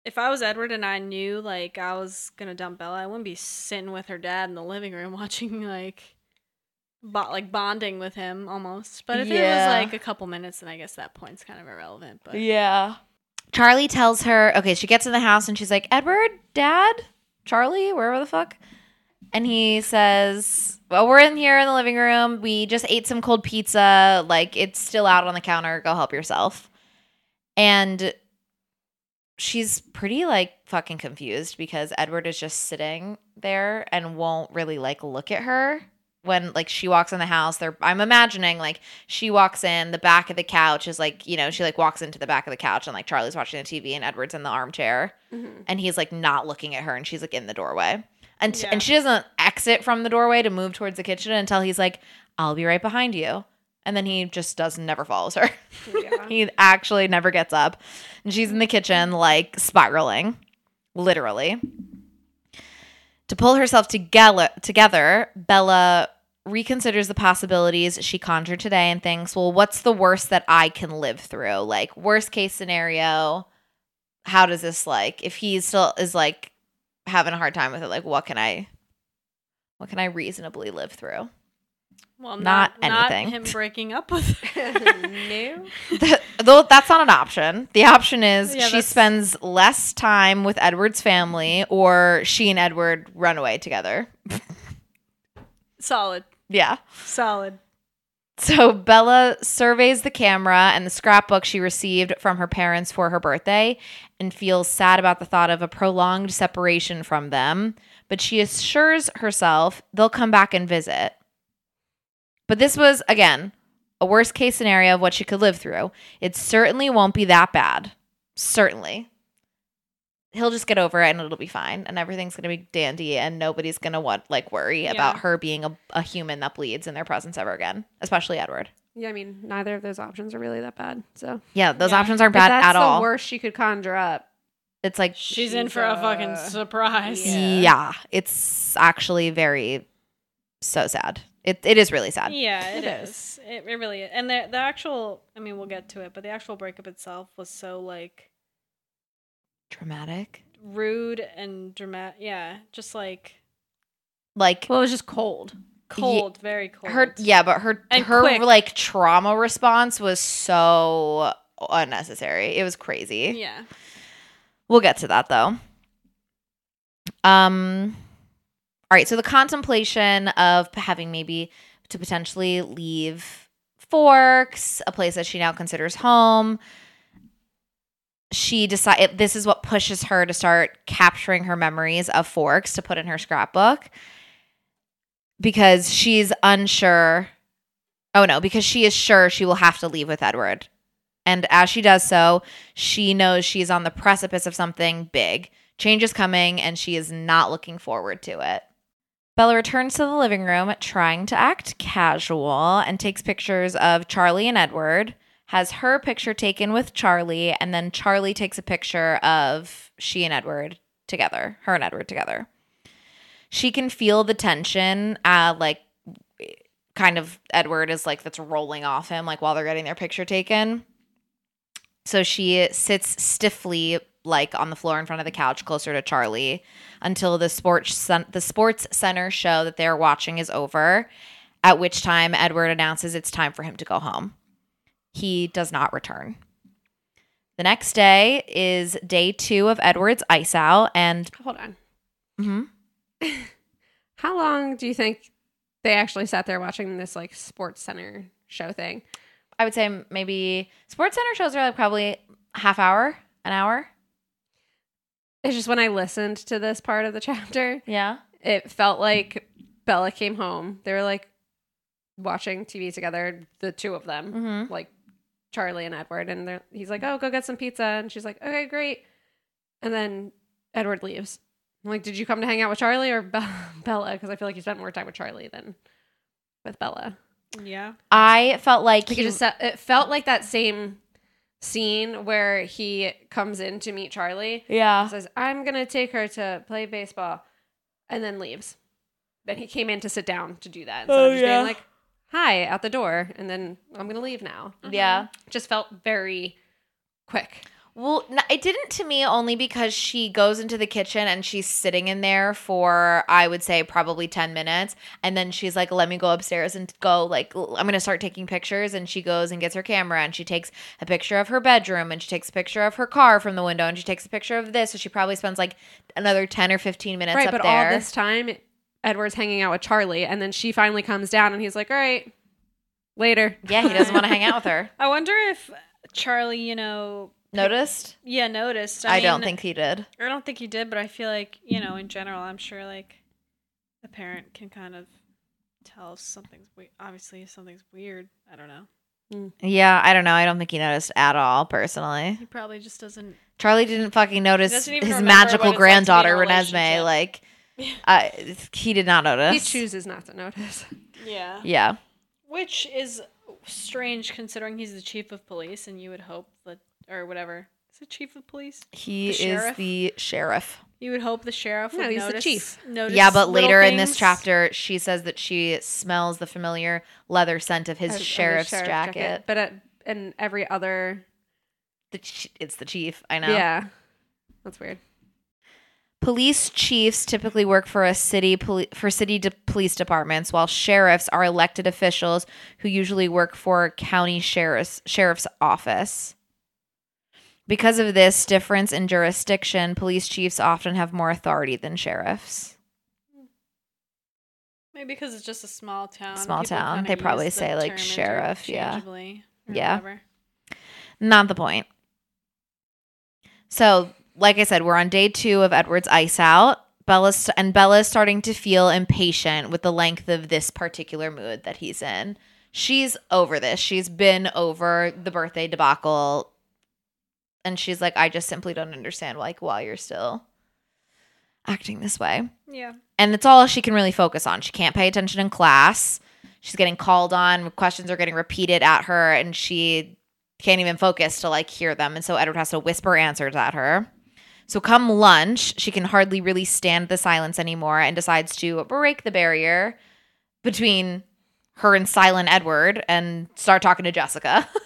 [SPEAKER 5] if I was Edward and I knew like I was gonna dump Bella, I wouldn't be sitting with her dad in the living room watching like, bo- like bonding with him almost. But if
[SPEAKER 3] Yeah.
[SPEAKER 5] it was like a couple minutes, then I guess that point's kind of irrelevant. But
[SPEAKER 3] Yeah. Charlie tells her, okay, she gets in the house and she's like, Edward, dad, Charlie, wherever the fuck. And he says, Well, we're in here in the living room. We just ate some cold pizza. Like, it's still out on the counter. Go help yourself. And she's pretty, like, fucking confused because Edward is just sitting there and won't really, like, look at her. When, like, she walks in the house, they're, I'm imagining, like, she walks in the back of the couch is like you know she like walks into the back of the couch and like charlie's watching the tv and edward's in the armchair
[SPEAKER 4] Mhm.
[SPEAKER 3] and he's like not looking at her and she's like in the doorway and,
[SPEAKER 5] Yeah.
[SPEAKER 3] and she doesn't exit from the doorway to move towards the kitchen until he's like i'll be right behind you and then he just does never follows her
[SPEAKER 4] Yeah.
[SPEAKER 3] he actually never gets up. And she's in the kitchen, like spiraling, literally. To pull herself together, together, Bella reconsiders the possibilities she conjured today and thinks, well, what's the worst that I can live through? Like, worst case scenario, how does this like, if he still is like having a hard time with it, like, what can I, what can I reasonably live through?
[SPEAKER 5] Well,
[SPEAKER 3] Not
[SPEAKER 5] not, not
[SPEAKER 3] anything.
[SPEAKER 5] him breaking up with her.
[SPEAKER 4] no.
[SPEAKER 3] Th- though that's not an option. The option is
[SPEAKER 5] Yeah,
[SPEAKER 3] she
[SPEAKER 5] that's-
[SPEAKER 3] spends less time with Edward's family, or she and Edward run away together.
[SPEAKER 5] solid,
[SPEAKER 3] Yeah.
[SPEAKER 5] solid.
[SPEAKER 3] So Bella surveys the camera and the scrapbook she received from her parents for her birthday and feels sad about the thought of a prolonged separation from them, but she assures herself they'll come back and visit. But this was, again, a worst case scenario of what she could live through. It certainly won't be that bad. Certainly. He'll just get over it and it'll be fine and everything's going to be dandy and nobody's going to want like worry
[SPEAKER 5] Yeah.
[SPEAKER 3] about her being a, a human that bleeds in their presence ever again, especially Edward.
[SPEAKER 4] Yeah, I mean, neither of those options are really that bad. So
[SPEAKER 3] Yeah, those
[SPEAKER 5] Yeah.
[SPEAKER 3] options aren't
[SPEAKER 4] But
[SPEAKER 3] bad
[SPEAKER 4] that's
[SPEAKER 3] at
[SPEAKER 4] the
[SPEAKER 3] all.
[SPEAKER 4] worst she could conjure up.
[SPEAKER 3] It's like
[SPEAKER 5] She's, in for a fucking surprise.
[SPEAKER 3] uh, yeah. it's actually very so sad. It it is really sad.
[SPEAKER 5] Yeah,
[SPEAKER 4] It
[SPEAKER 5] it is. It, it really is. And the the actual, I mean, we'll get to it, but the actual breakup itself was so like
[SPEAKER 3] Dramatic.
[SPEAKER 5] rude and dramatic. Yeah, just like
[SPEAKER 3] Like
[SPEAKER 5] well, it was just cold, cold, very cold.
[SPEAKER 3] her yeah, but her
[SPEAKER 5] And
[SPEAKER 3] her
[SPEAKER 5] quick.
[SPEAKER 3] like trauma response was so unnecessary. It was crazy.
[SPEAKER 5] yeah.
[SPEAKER 3] We'll get to that though. Um all right, so the contemplation of p- having maybe to potentially leave Forks, a place that she now considers home. She decide this is what pushes her to start capturing her memories of Forks to put in her scrapbook because she's unsure. Oh no, because she is sure she will have to leave with Edward. And as she does so, she knows she's on the precipice of something big. Change is coming, and she is not looking forward to it. Bella returns to the living room, trying to act casual, and takes pictures of Charlie and Edward, has her picture taken with Charlie, and then Charlie takes a picture of she and Edward together, her and Edward together. She can feel the tension, uh, like kind of Edward is like that's rolling off him, like while they're getting their picture taken. So she sits stiffly like on the floor in front of the couch closer to Charlie until the sports cen- the sports center show that they're watching is over, at which time Edward announces it's time for him to go home. He does not return. The next day is day 2 of Edward's ice out and
[SPEAKER 4] Hold on.
[SPEAKER 3] Mhm.
[SPEAKER 4] How long do you think they actually sat there watching this like sports center show thing?
[SPEAKER 3] I would say maybe sports center shows are like probably half hour, an hour.
[SPEAKER 4] It's just when I listened to this part of the chapter,
[SPEAKER 3] Yeah.
[SPEAKER 4] it felt like Bella came home. They were like watching TV together, the two of them,
[SPEAKER 3] Mhm.
[SPEAKER 4] like Charlie and Edward, and they're, he's like, "Oh, go get some pizza," and she's like, "Okay, great." And then Edward leaves. I'm like, "Did you come to hang out with Charlie or Be- Bella?" Because I feel like you spent more time with Charlie than with Bella.
[SPEAKER 5] Yeah.
[SPEAKER 3] I felt like
[SPEAKER 4] Like
[SPEAKER 3] he-
[SPEAKER 4] it just se- it felt like that same scene where he comes in to meet Charlie,
[SPEAKER 3] yeah.
[SPEAKER 4] says, "I'm gonna take her to play baseball," and then leaves. Then he came in to sit down to do that instead
[SPEAKER 3] Oh,
[SPEAKER 4] of just
[SPEAKER 3] yeah.
[SPEAKER 4] being like, "Hi" out the door, and then I'm gonna leave now.
[SPEAKER 3] Yeah.
[SPEAKER 4] Just felt very quick.
[SPEAKER 3] Well, n- it didn't to me only because she goes into the kitchen and she's sitting in there for I would say probably 10 minutes and then she's like let me go upstairs and go like l- I'm going to start taking pictures and she goes and gets her camera and she takes a picture of her bedroom and she takes a picture of her car from the window and she takes a picture of this so she probably spends like another 10 or 15 minutes
[SPEAKER 4] right,
[SPEAKER 3] up
[SPEAKER 4] but
[SPEAKER 3] there.
[SPEAKER 4] all this time, Edward's hanging out with Charlie, and then she finally comes down, and he's like, "All right, later."
[SPEAKER 3] yeah, he doesn't want to hang out with her.
[SPEAKER 5] I wonder if Charlie, you know,
[SPEAKER 3] Noticed?
[SPEAKER 5] yeah, noticed.
[SPEAKER 3] I, don't
[SPEAKER 5] mean,
[SPEAKER 3] think he did.
[SPEAKER 5] I don't think he did, but I feel like you know, in general, I'm sure like a parent can kind of tell if something's we- obviously if something's weird. I don't know.
[SPEAKER 3] Yeah, I don't know. I don't think he noticed at all personally.
[SPEAKER 5] He probably just doesn't.
[SPEAKER 3] Charlie didn't fucking notice
[SPEAKER 5] doesn't even
[SPEAKER 3] his
[SPEAKER 5] remember what
[SPEAKER 3] magical
[SPEAKER 5] it's like to be in a
[SPEAKER 3] granddaughter Renesmee.
[SPEAKER 5] relationship.
[SPEAKER 3] Like, uh, he did not notice.
[SPEAKER 4] He chooses not to notice.
[SPEAKER 5] Yeah.
[SPEAKER 3] Yeah,
[SPEAKER 5] Which is strange considering he's the chief of police, and you would hope that or whatever. Is it chief of police?
[SPEAKER 3] he
[SPEAKER 5] The
[SPEAKER 3] is
[SPEAKER 5] sheriff?
[SPEAKER 3] the sheriff.
[SPEAKER 5] You would hope the sheriff
[SPEAKER 4] No,
[SPEAKER 5] would
[SPEAKER 4] he's the
[SPEAKER 5] notice,
[SPEAKER 4] chief.
[SPEAKER 5] notice
[SPEAKER 3] yeah, but
[SPEAKER 5] little
[SPEAKER 3] later in this
[SPEAKER 5] things.
[SPEAKER 3] chapter, she says that she smells the familiar leather scent of his
[SPEAKER 4] Of- of his
[SPEAKER 3] sheriff's
[SPEAKER 4] sheriff
[SPEAKER 3] jacket.
[SPEAKER 4] But at, and every other,
[SPEAKER 3] The ch- it's the chief. I know.
[SPEAKER 4] yeah, that's weird.
[SPEAKER 3] Police chiefs typically work for a city poli- for city de- police departments, while sheriffs are elected officials who usually work for county sheriff's sheriff's office. Because of this difference in jurisdiction, police chiefs often have more authority than sheriffs.
[SPEAKER 5] Maybe because it's just a small town.
[SPEAKER 3] Small
[SPEAKER 5] people
[SPEAKER 3] town,
[SPEAKER 5] kinda
[SPEAKER 3] they probably
[SPEAKER 5] use the
[SPEAKER 3] say, like,
[SPEAKER 5] term
[SPEAKER 3] sheriff, yeah.
[SPEAKER 5] interchangeably or
[SPEAKER 3] Yeah.
[SPEAKER 5] whatever.
[SPEAKER 3] Not the point. So, like I said, we're on day two of Edward's ice out. Bella's and Bella's starting to feel impatient with the length of this particular mood that he's in. She's over this. She's been over the birthday debacle. And she's like, I just simply don't understand like why you're still acting this way.
[SPEAKER 5] Yeah.
[SPEAKER 3] And it's all she can really focus on. She can't pay attention in class. She's getting called on. Questions are getting repeated at her, and she can't even focus to like hear them. And so Edward has to whisper answers at her. So come lunch, she can hardly really stand the silence anymore and decides to break the barrier between her and silent Edward and start talking to Jessica.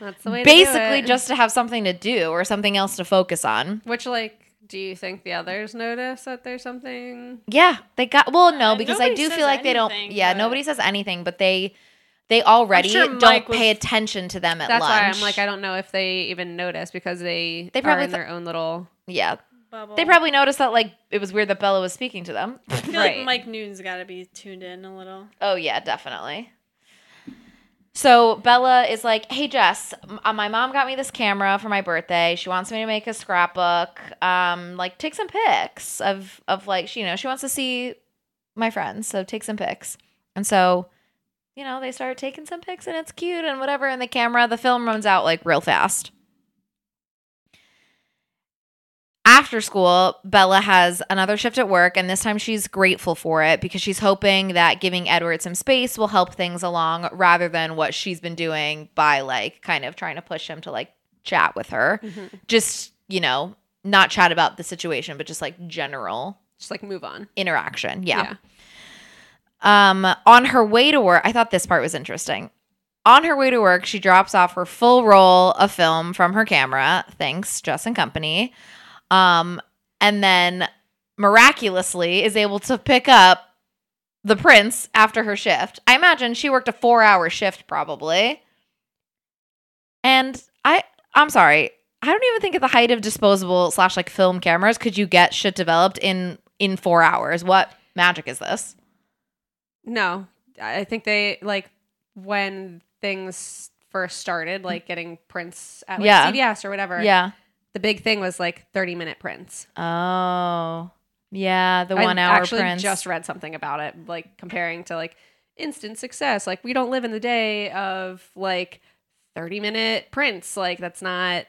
[SPEAKER 4] That's the way. to do
[SPEAKER 3] Basically,
[SPEAKER 4] it.
[SPEAKER 3] just to have something to do or something else to focus on.
[SPEAKER 4] Which, like, do you think the others notice that there's something?
[SPEAKER 3] Yeah, they got well. No,
[SPEAKER 5] Uh,
[SPEAKER 3] because I
[SPEAKER 5] nobody
[SPEAKER 3] do
[SPEAKER 5] says
[SPEAKER 3] feel like they don't.
[SPEAKER 5] anything,
[SPEAKER 3] Yeah,
[SPEAKER 5] but-
[SPEAKER 3] nobody says anything, but they they already
[SPEAKER 5] sure
[SPEAKER 3] don't
[SPEAKER 5] Mike was-
[SPEAKER 3] pay attention to them at
[SPEAKER 4] That's
[SPEAKER 3] lunch.
[SPEAKER 4] why I'm like, I don't know if they even notice because they
[SPEAKER 3] They
[SPEAKER 4] they
[SPEAKER 3] probably
[SPEAKER 4] probably are in their own little.
[SPEAKER 3] yeah,
[SPEAKER 5] Bubble.
[SPEAKER 3] they probably noticed that like it was weird that Bella was speaking to them.
[SPEAKER 5] Oh. I feel
[SPEAKER 4] Right.
[SPEAKER 5] like Mike Newton's got to be tuned in a little.
[SPEAKER 3] oh yeah, definitely. So Bella is like, "Hey Jess, m- uh, my mom got me this camera for my birthday. She wants me to make a scrapbook. Um, like take some pics of of like she, you know she wants to see my friends, so take some pics." And so, you know, they start taking some pics, and it's cute and whatever. And the camera, the film runs out like real fast. After school, Bella has another shift at work, and this time she's grateful for it because she's hoping that giving Edward some space will help things along rather than what she's been doing by like kind of trying to push him to like chat with her. Just, you know, not chat about the situation, but just like general
[SPEAKER 4] Just like move on.
[SPEAKER 3] interaction. Yeah. Um, on her way to work, I thought this part was interesting. On her way to work, she drops off her full roll of film from her camera, thanks Just and Company. Um, and then miraculously is able to pick up the prince after her shift. I imagine she worked a 4-hour shift probably. And I I'm sorry. I don't even think at the height of disposable slash like film cameras could you get shit developed in in 4 hours. What magic is this?
[SPEAKER 4] No, I I think they like when things first started, like getting prints at like,
[SPEAKER 3] Yeah.
[SPEAKER 4] CVS or whatever.
[SPEAKER 3] Yeah.
[SPEAKER 4] the big thing was like thirty minute prints.
[SPEAKER 3] Oh, yeah, the
[SPEAKER 4] I
[SPEAKER 3] one hour
[SPEAKER 4] actually
[SPEAKER 3] prints.
[SPEAKER 4] just read something about it, like comparing to like instant success. Like we don't live in the day of like thirty minute prints. Like that's not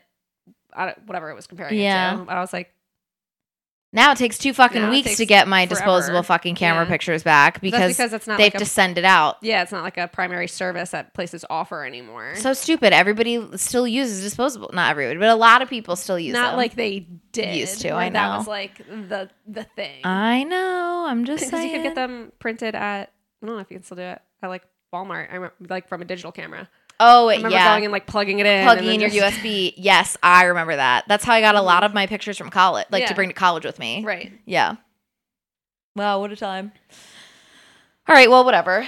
[SPEAKER 4] I don't, whatever it was comparing.
[SPEAKER 3] Yeah.
[SPEAKER 4] it to. And I was like,
[SPEAKER 3] now it takes two fucking
[SPEAKER 4] Now it
[SPEAKER 3] weeks to
[SPEAKER 4] takes
[SPEAKER 3] get my disposable
[SPEAKER 4] forever.
[SPEAKER 3] fucking camera
[SPEAKER 4] Yeah.
[SPEAKER 3] pictures back
[SPEAKER 4] that's
[SPEAKER 3] because,
[SPEAKER 4] because that's not
[SPEAKER 3] they have
[SPEAKER 4] like
[SPEAKER 3] to
[SPEAKER 4] a,
[SPEAKER 3] send it out.
[SPEAKER 4] yeah, it's not like a primary service that places offer anymore.
[SPEAKER 3] So stupid. Everybody still uses disposable. Not everybody, but a lot of people still use
[SPEAKER 4] not
[SPEAKER 3] them.
[SPEAKER 4] like they did.
[SPEAKER 3] Used to,
[SPEAKER 4] where
[SPEAKER 3] I
[SPEAKER 4] That
[SPEAKER 3] know.
[SPEAKER 4] was like the the thing.
[SPEAKER 3] I know. I'm just
[SPEAKER 4] Because
[SPEAKER 3] saying.
[SPEAKER 4] you could get them printed at I don't know if you can still do it at like Walmart. I remember, like from a digital camera.
[SPEAKER 3] Oh,
[SPEAKER 4] I remember
[SPEAKER 3] yeah.
[SPEAKER 4] going and like plugging it in, and
[SPEAKER 3] Plugging in
[SPEAKER 4] then
[SPEAKER 3] your
[SPEAKER 4] just-
[SPEAKER 3] USB. Yes, I remember that. That's how I got a lot of my pictures from college, like to
[SPEAKER 4] Yeah.
[SPEAKER 3] bring to college with me.
[SPEAKER 4] Right.
[SPEAKER 3] Yeah. Wow, what a time. All right, well, whatever.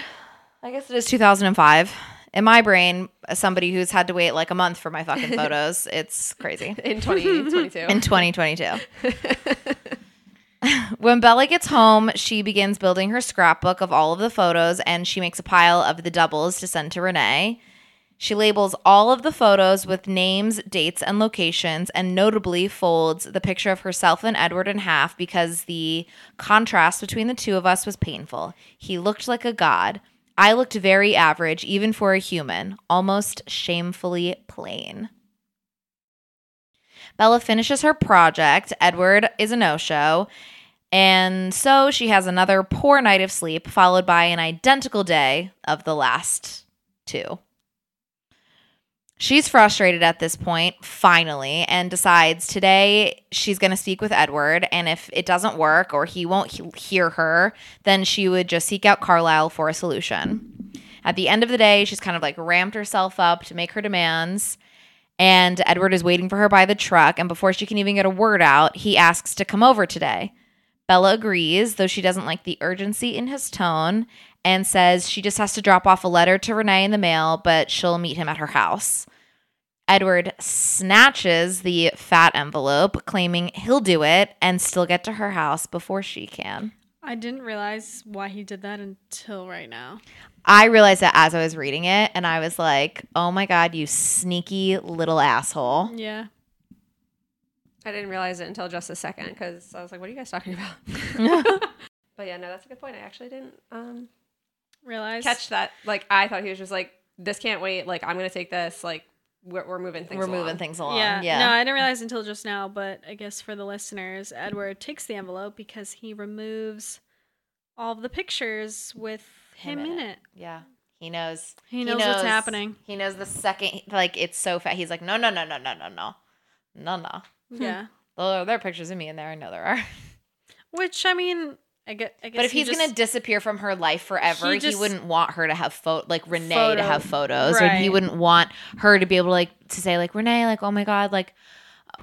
[SPEAKER 3] I guess it is 2005. In my brain, as somebody who's had to wait like a month for my fucking photos, it's crazy.
[SPEAKER 4] in 2022.
[SPEAKER 3] In 2022. When Bella gets home, she begins building her scrapbook of all of the photos and she makes a pile of the doubles to send to Renee. She labels all of the photos with names, dates, and locations, and notably folds the picture of herself and Edward in half because the contrast between the two of us was painful. He looked like a god. I looked very average, even for a human, almost shamefully plain. Bella finishes her project. Edward is a no show. And so she has another poor night of sleep, followed by an identical day of the last two. She's frustrated at this point, finally, and decides today she's going to speak with Edward. And if it doesn't work or he won't he- hear her, then she would just seek out Carlisle for a solution. At the end of the day, she's kind of like ramped herself up to make her demands. And Edward is waiting for her by the truck. And before she can even get a word out, he asks to come over today. Bella agrees, though she doesn't like the urgency in his tone, and says she just has to drop off a letter to Renee in the mail, but she'll meet him at her house. Edward snatches the fat envelope, claiming he'll do it and still get to her house before she can.
[SPEAKER 5] I didn't realize why he did that until right now.
[SPEAKER 3] I realized that as I was reading it, and I was like, oh my God, you sneaky little asshole.
[SPEAKER 5] Yeah.
[SPEAKER 4] I didn't realize it until just a second because I was like, "What are you guys talking about?" but yeah, no, that's a good point. I actually didn't um,
[SPEAKER 5] Realize
[SPEAKER 4] catch that. Like, I thought he was just like, "This can't wait." Like, I'm gonna take this. Like, we're, we're moving things.
[SPEAKER 3] We're moving
[SPEAKER 4] along.
[SPEAKER 3] things along.
[SPEAKER 5] Yeah.
[SPEAKER 3] Yeah.
[SPEAKER 5] No, I didn't realize until just now, but I guess for the listeners, Edward takes the envelope because he removes all of the pictures with him, in it.
[SPEAKER 3] Yeah. He knows.
[SPEAKER 5] He knows what's happening.
[SPEAKER 3] He knows the second, like, it's so fat. He's like, no, no, no, no, no, no, no. No, no.
[SPEAKER 5] Yeah.
[SPEAKER 3] Well, there are pictures of me in there. I know there are.
[SPEAKER 5] Which I mean, I get I guess
[SPEAKER 3] But if
[SPEAKER 5] he
[SPEAKER 3] he's
[SPEAKER 5] just-
[SPEAKER 3] going to disappear from her life forever, he,
[SPEAKER 5] he just-
[SPEAKER 3] wouldn't want her to have photo, like Renee to
[SPEAKER 5] Photo-
[SPEAKER 3] have photos, or he
[SPEAKER 5] Right.
[SPEAKER 3] wouldn't want her to be able to like to say like Renee, like oh my god, like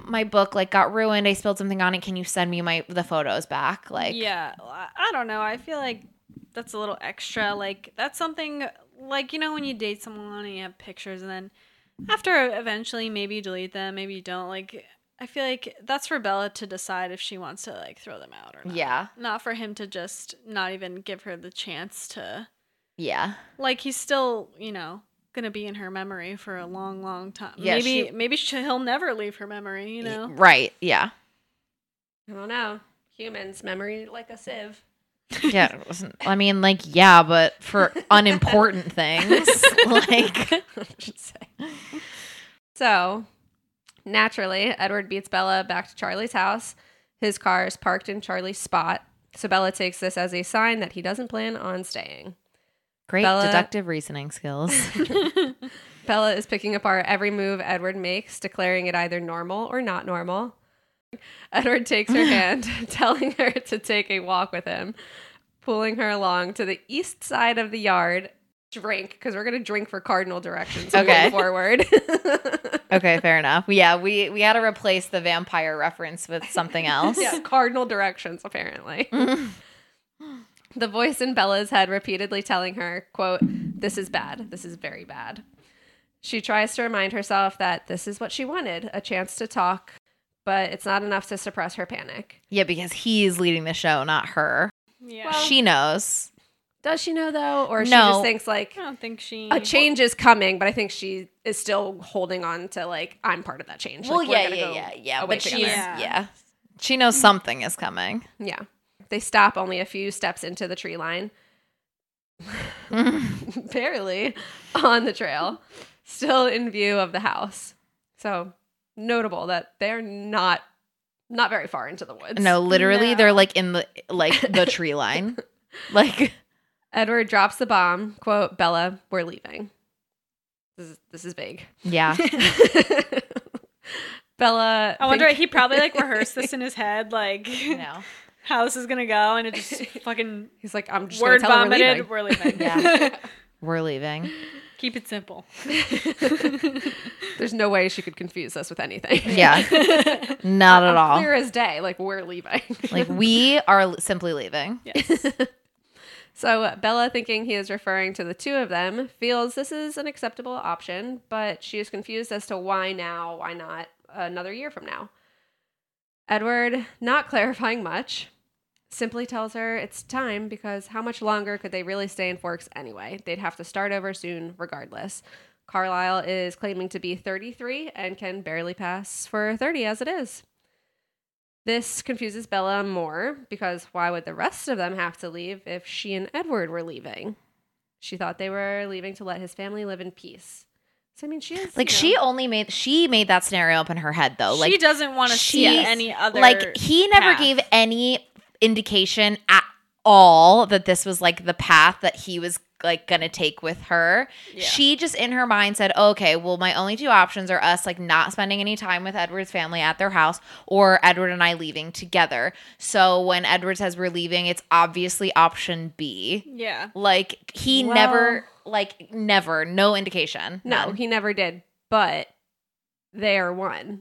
[SPEAKER 3] my book like got ruined. I spilled something on it. Can you send me my the photos back? Like
[SPEAKER 5] Yeah, well, I I don't know. I feel like that's a little extra. Like that's something like you know when you date someone and you have pictures and then after eventually maybe you delete them, maybe you don't. Like I feel like that's for Bella to decide if she wants to like throw them out or not.
[SPEAKER 3] yeah,
[SPEAKER 5] Not for him to just not even give her the chance to
[SPEAKER 3] yeah.
[SPEAKER 5] like he's still, you know, gonna be in her memory for a long, long time.
[SPEAKER 3] Yeah,
[SPEAKER 5] maybe
[SPEAKER 3] she-
[SPEAKER 5] maybe she, he'll never leave her memory, you know.
[SPEAKER 3] right? Yeah,
[SPEAKER 4] I don't know. Humans memory like a sieve.
[SPEAKER 3] yeah. it wasn't- I mean, like yeah, but for unimportant things, like
[SPEAKER 4] should say. So, naturally, Edward beats Bella back to Charlie's house. His car is parked in Charlie's spot. So Bella takes this as a sign that he doesn't plan on staying.
[SPEAKER 3] Great
[SPEAKER 4] Bella-
[SPEAKER 3] deductive reasoning skills.
[SPEAKER 4] Bella is picking apart every move Edward makes, declaring it either normal or not normal. Edward takes her hand, telling her to take a walk with him, pulling her along to the east side of the yard. drink because we're gonna drink for cardinal directions moving
[SPEAKER 3] Okay.
[SPEAKER 4] forward.
[SPEAKER 3] Okay, fair enough. Yeah, we we had to replace the vampire reference with something else.
[SPEAKER 4] yeah, cardinal directions apparently.
[SPEAKER 3] Mhm.
[SPEAKER 4] The voice in Bella's head repeatedly telling her, quote, this is bad. This is very bad. She tries to remind herself that this is what she wanted, a chance to talk, but it's not enough to suppress her panic.
[SPEAKER 3] Yeah, because he's leading the show, not her.
[SPEAKER 5] Yeah.
[SPEAKER 4] Well-
[SPEAKER 3] She knows.
[SPEAKER 4] Does she know though? Or she
[SPEAKER 3] No.
[SPEAKER 4] just thinks like
[SPEAKER 5] I don't think she.
[SPEAKER 4] a change is coming, but I think she is still holding on to like, I'm part of that change.
[SPEAKER 3] well,
[SPEAKER 4] Like, we're
[SPEAKER 3] yeah,
[SPEAKER 4] gonna
[SPEAKER 3] yeah,
[SPEAKER 4] go
[SPEAKER 3] yeah, yeah.
[SPEAKER 4] away
[SPEAKER 3] But
[SPEAKER 4] together.
[SPEAKER 3] she's yeah.
[SPEAKER 5] Yeah.
[SPEAKER 3] She knows something is coming.
[SPEAKER 4] Yeah. They stop only a few steps into the tree line. Barely on the trail, still in view of the house. So notable that they're not not very far into the woods.
[SPEAKER 3] no, literally, they're
[SPEAKER 5] No.
[SPEAKER 3] like in the like the tree line. Like
[SPEAKER 4] Edward drops the bomb, quote, Bella, we're leaving. This is this is big.
[SPEAKER 3] yeah.
[SPEAKER 4] Bella
[SPEAKER 5] I wonder
[SPEAKER 4] think-
[SPEAKER 5] he probably like rehearsed this in his head, like
[SPEAKER 3] No.
[SPEAKER 5] how this is gonna go, and it just fucking
[SPEAKER 4] he's like, I'm just
[SPEAKER 5] word
[SPEAKER 4] gonna tell her we're
[SPEAKER 5] vomited.
[SPEAKER 4] leaving.
[SPEAKER 5] We're leaving.
[SPEAKER 3] Yeah. We're leaving.
[SPEAKER 5] Keep it simple.
[SPEAKER 4] There's no way she could confuse us with anything.
[SPEAKER 3] Yeah. Not at
[SPEAKER 4] I'm
[SPEAKER 3] all.
[SPEAKER 4] Clear as day. Like we're leaving.
[SPEAKER 3] Like we are l- simply leaving.
[SPEAKER 5] Yes.
[SPEAKER 4] so Bella, thinking he is referring to the two of them, feels this is an acceptable option, but she is confused as to why now, why not another year from now. Edward, not clarifying much, simply tells her it's time because how much longer could they really stay in Forks anyway? They'd have to start over soon, regardless. Carlisle is claiming to be 33 and can barely pass for 30 as it is. This confuses Bella more because why would the rest of them have to leave if she and Edward were leaving? She thought they were leaving to let his family live in peace. So I mean, she is
[SPEAKER 3] Like
[SPEAKER 4] you know-
[SPEAKER 3] she only made she made that scenario up in her head though. Like
[SPEAKER 5] she doesn't want to see
[SPEAKER 3] she's-
[SPEAKER 5] any other.
[SPEAKER 3] like he never
[SPEAKER 5] path.
[SPEAKER 3] gave any indication at all that this was like the path that he was like gonna take with her
[SPEAKER 5] Yeah.
[SPEAKER 3] she just in her mind said okay well my only two options are us like not spending any time with edward's family at their house or edward and i leaving together so when edward says we're leaving it's obviously option b
[SPEAKER 5] Yeah.
[SPEAKER 3] like he
[SPEAKER 4] Well-
[SPEAKER 3] never like never no indication
[SPEAKER 4] No,
[SPEAKER 3] None.
[SPEAKER 4] he never did. But they are one.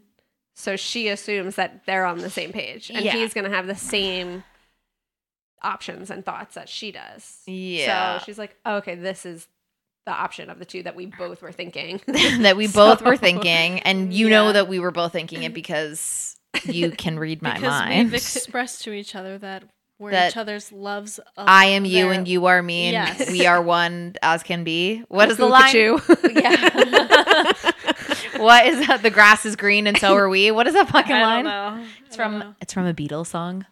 [SPEAKER 4] So she assumes that they're on the same page. And
[SPEAKER 3] Yeah.
[SPEAKER 4] he's going to have the same options and thoughts that she does.
[SPEAKER 3] yeah
[SPEAKER 4] So she's like, oh, okay, this is the option of the two that we both were thinking.
[SPEAKER 3] that we both were
[SPEAKER 4] So-
[SPEAKER 3] thinking, and you
[SPEAKER 5] Yeah.
[SPEAKER 3] know that we were both thinking it because you can read my
[SPEAKER 5] because
[SPEAKER 3] mind.
[SPEAKER 5] we've expressed to each other that we're
[SPEAKER 3] That
[SPEAKER 5] each other's loves. Of
[SPEAKER 3] I am you,
[SPEAKER 5] their-
[SPEAKER 3] and you are me, and
[SPEAKER 5] Yes.
[SPEAKER 3] we are one as can be. What is the line?
[SPEAKER 4] Cuckoo.
[SPEAKER 3] Yeah. what is that? The grass is green, and so are we. What is that
[SPEAKER 5] I
[SPEAKER 3] fucking
[SPEAKER 5] don't
[SPEAKER 3] line?
[SPEAKER 5] know.
[SPEAKER 3] It's
[SPEAKER 5] I don't
[SPEAKER 3] from
[SPEAKER 5] know.
[SPEAKER 3] it's from a Beatles song.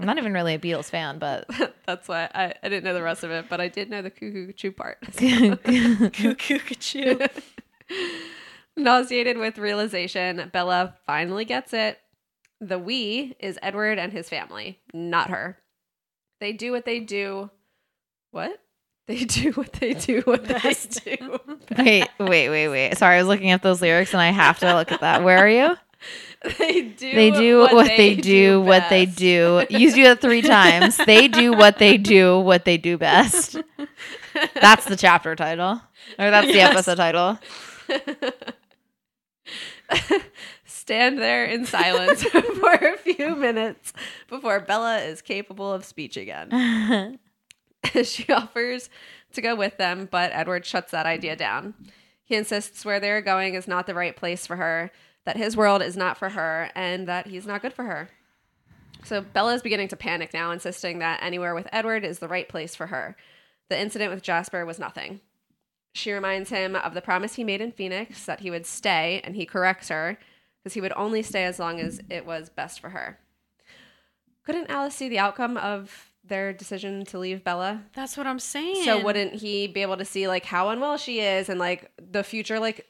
[SPEAKER 3] I'm not even really a Beatles fan, but
[SPEAKER 4] That's why I, I didn't know the rest of it, but I did know the cuckoo choo part.
[SPEAKER 5] Cuckoo Cuckoo.
[SPEAKER 4] Nauseated with realization, Bella finally gets it. The we is Edward and his family, not her. They do what they do. What? They do what they do what they
[SPEAKER 5] Best.
[SPEAKER 4] do.
[SPEAKER 3] wait, wait, wait, wait. Sorry, I was looking up those lyrics, and I have to look at that. Where are you?
[SPEAKER 4] They do
[SPEAKER 3] They do what, they, do, what they
[SPEAKER 4] best.
[SPEAKER 3] do. You do that three times. They do what they do, what they do best. That's the chapter title, or that's
[SPEAKER 5] Yes.
[SPEAKER 3] the episode title.
[SPEAKER 4] Stand there in silence for a few minutes before Bella is capable of speech again. she offers to go with them, but Edward shuts that idea down. He insists where they're going is not the right place for her, that his world is not for her, and that he's not good for her. So Bella is beginning to panic now, insisting that anywhere with Edward is the right place for her. The incident with Jasper was nothing. She reminds him of the promise he made in Phoenix that he would stay, and he corrects her because he would only stay as long as it was best for her. Couldn't Alice see the outcome of their decision to leave Bella?
[SPEAKER 5] That's what I'm saying.
[SPEAKER 4] So wouldn't he be able to see like how unwell she is and like the future like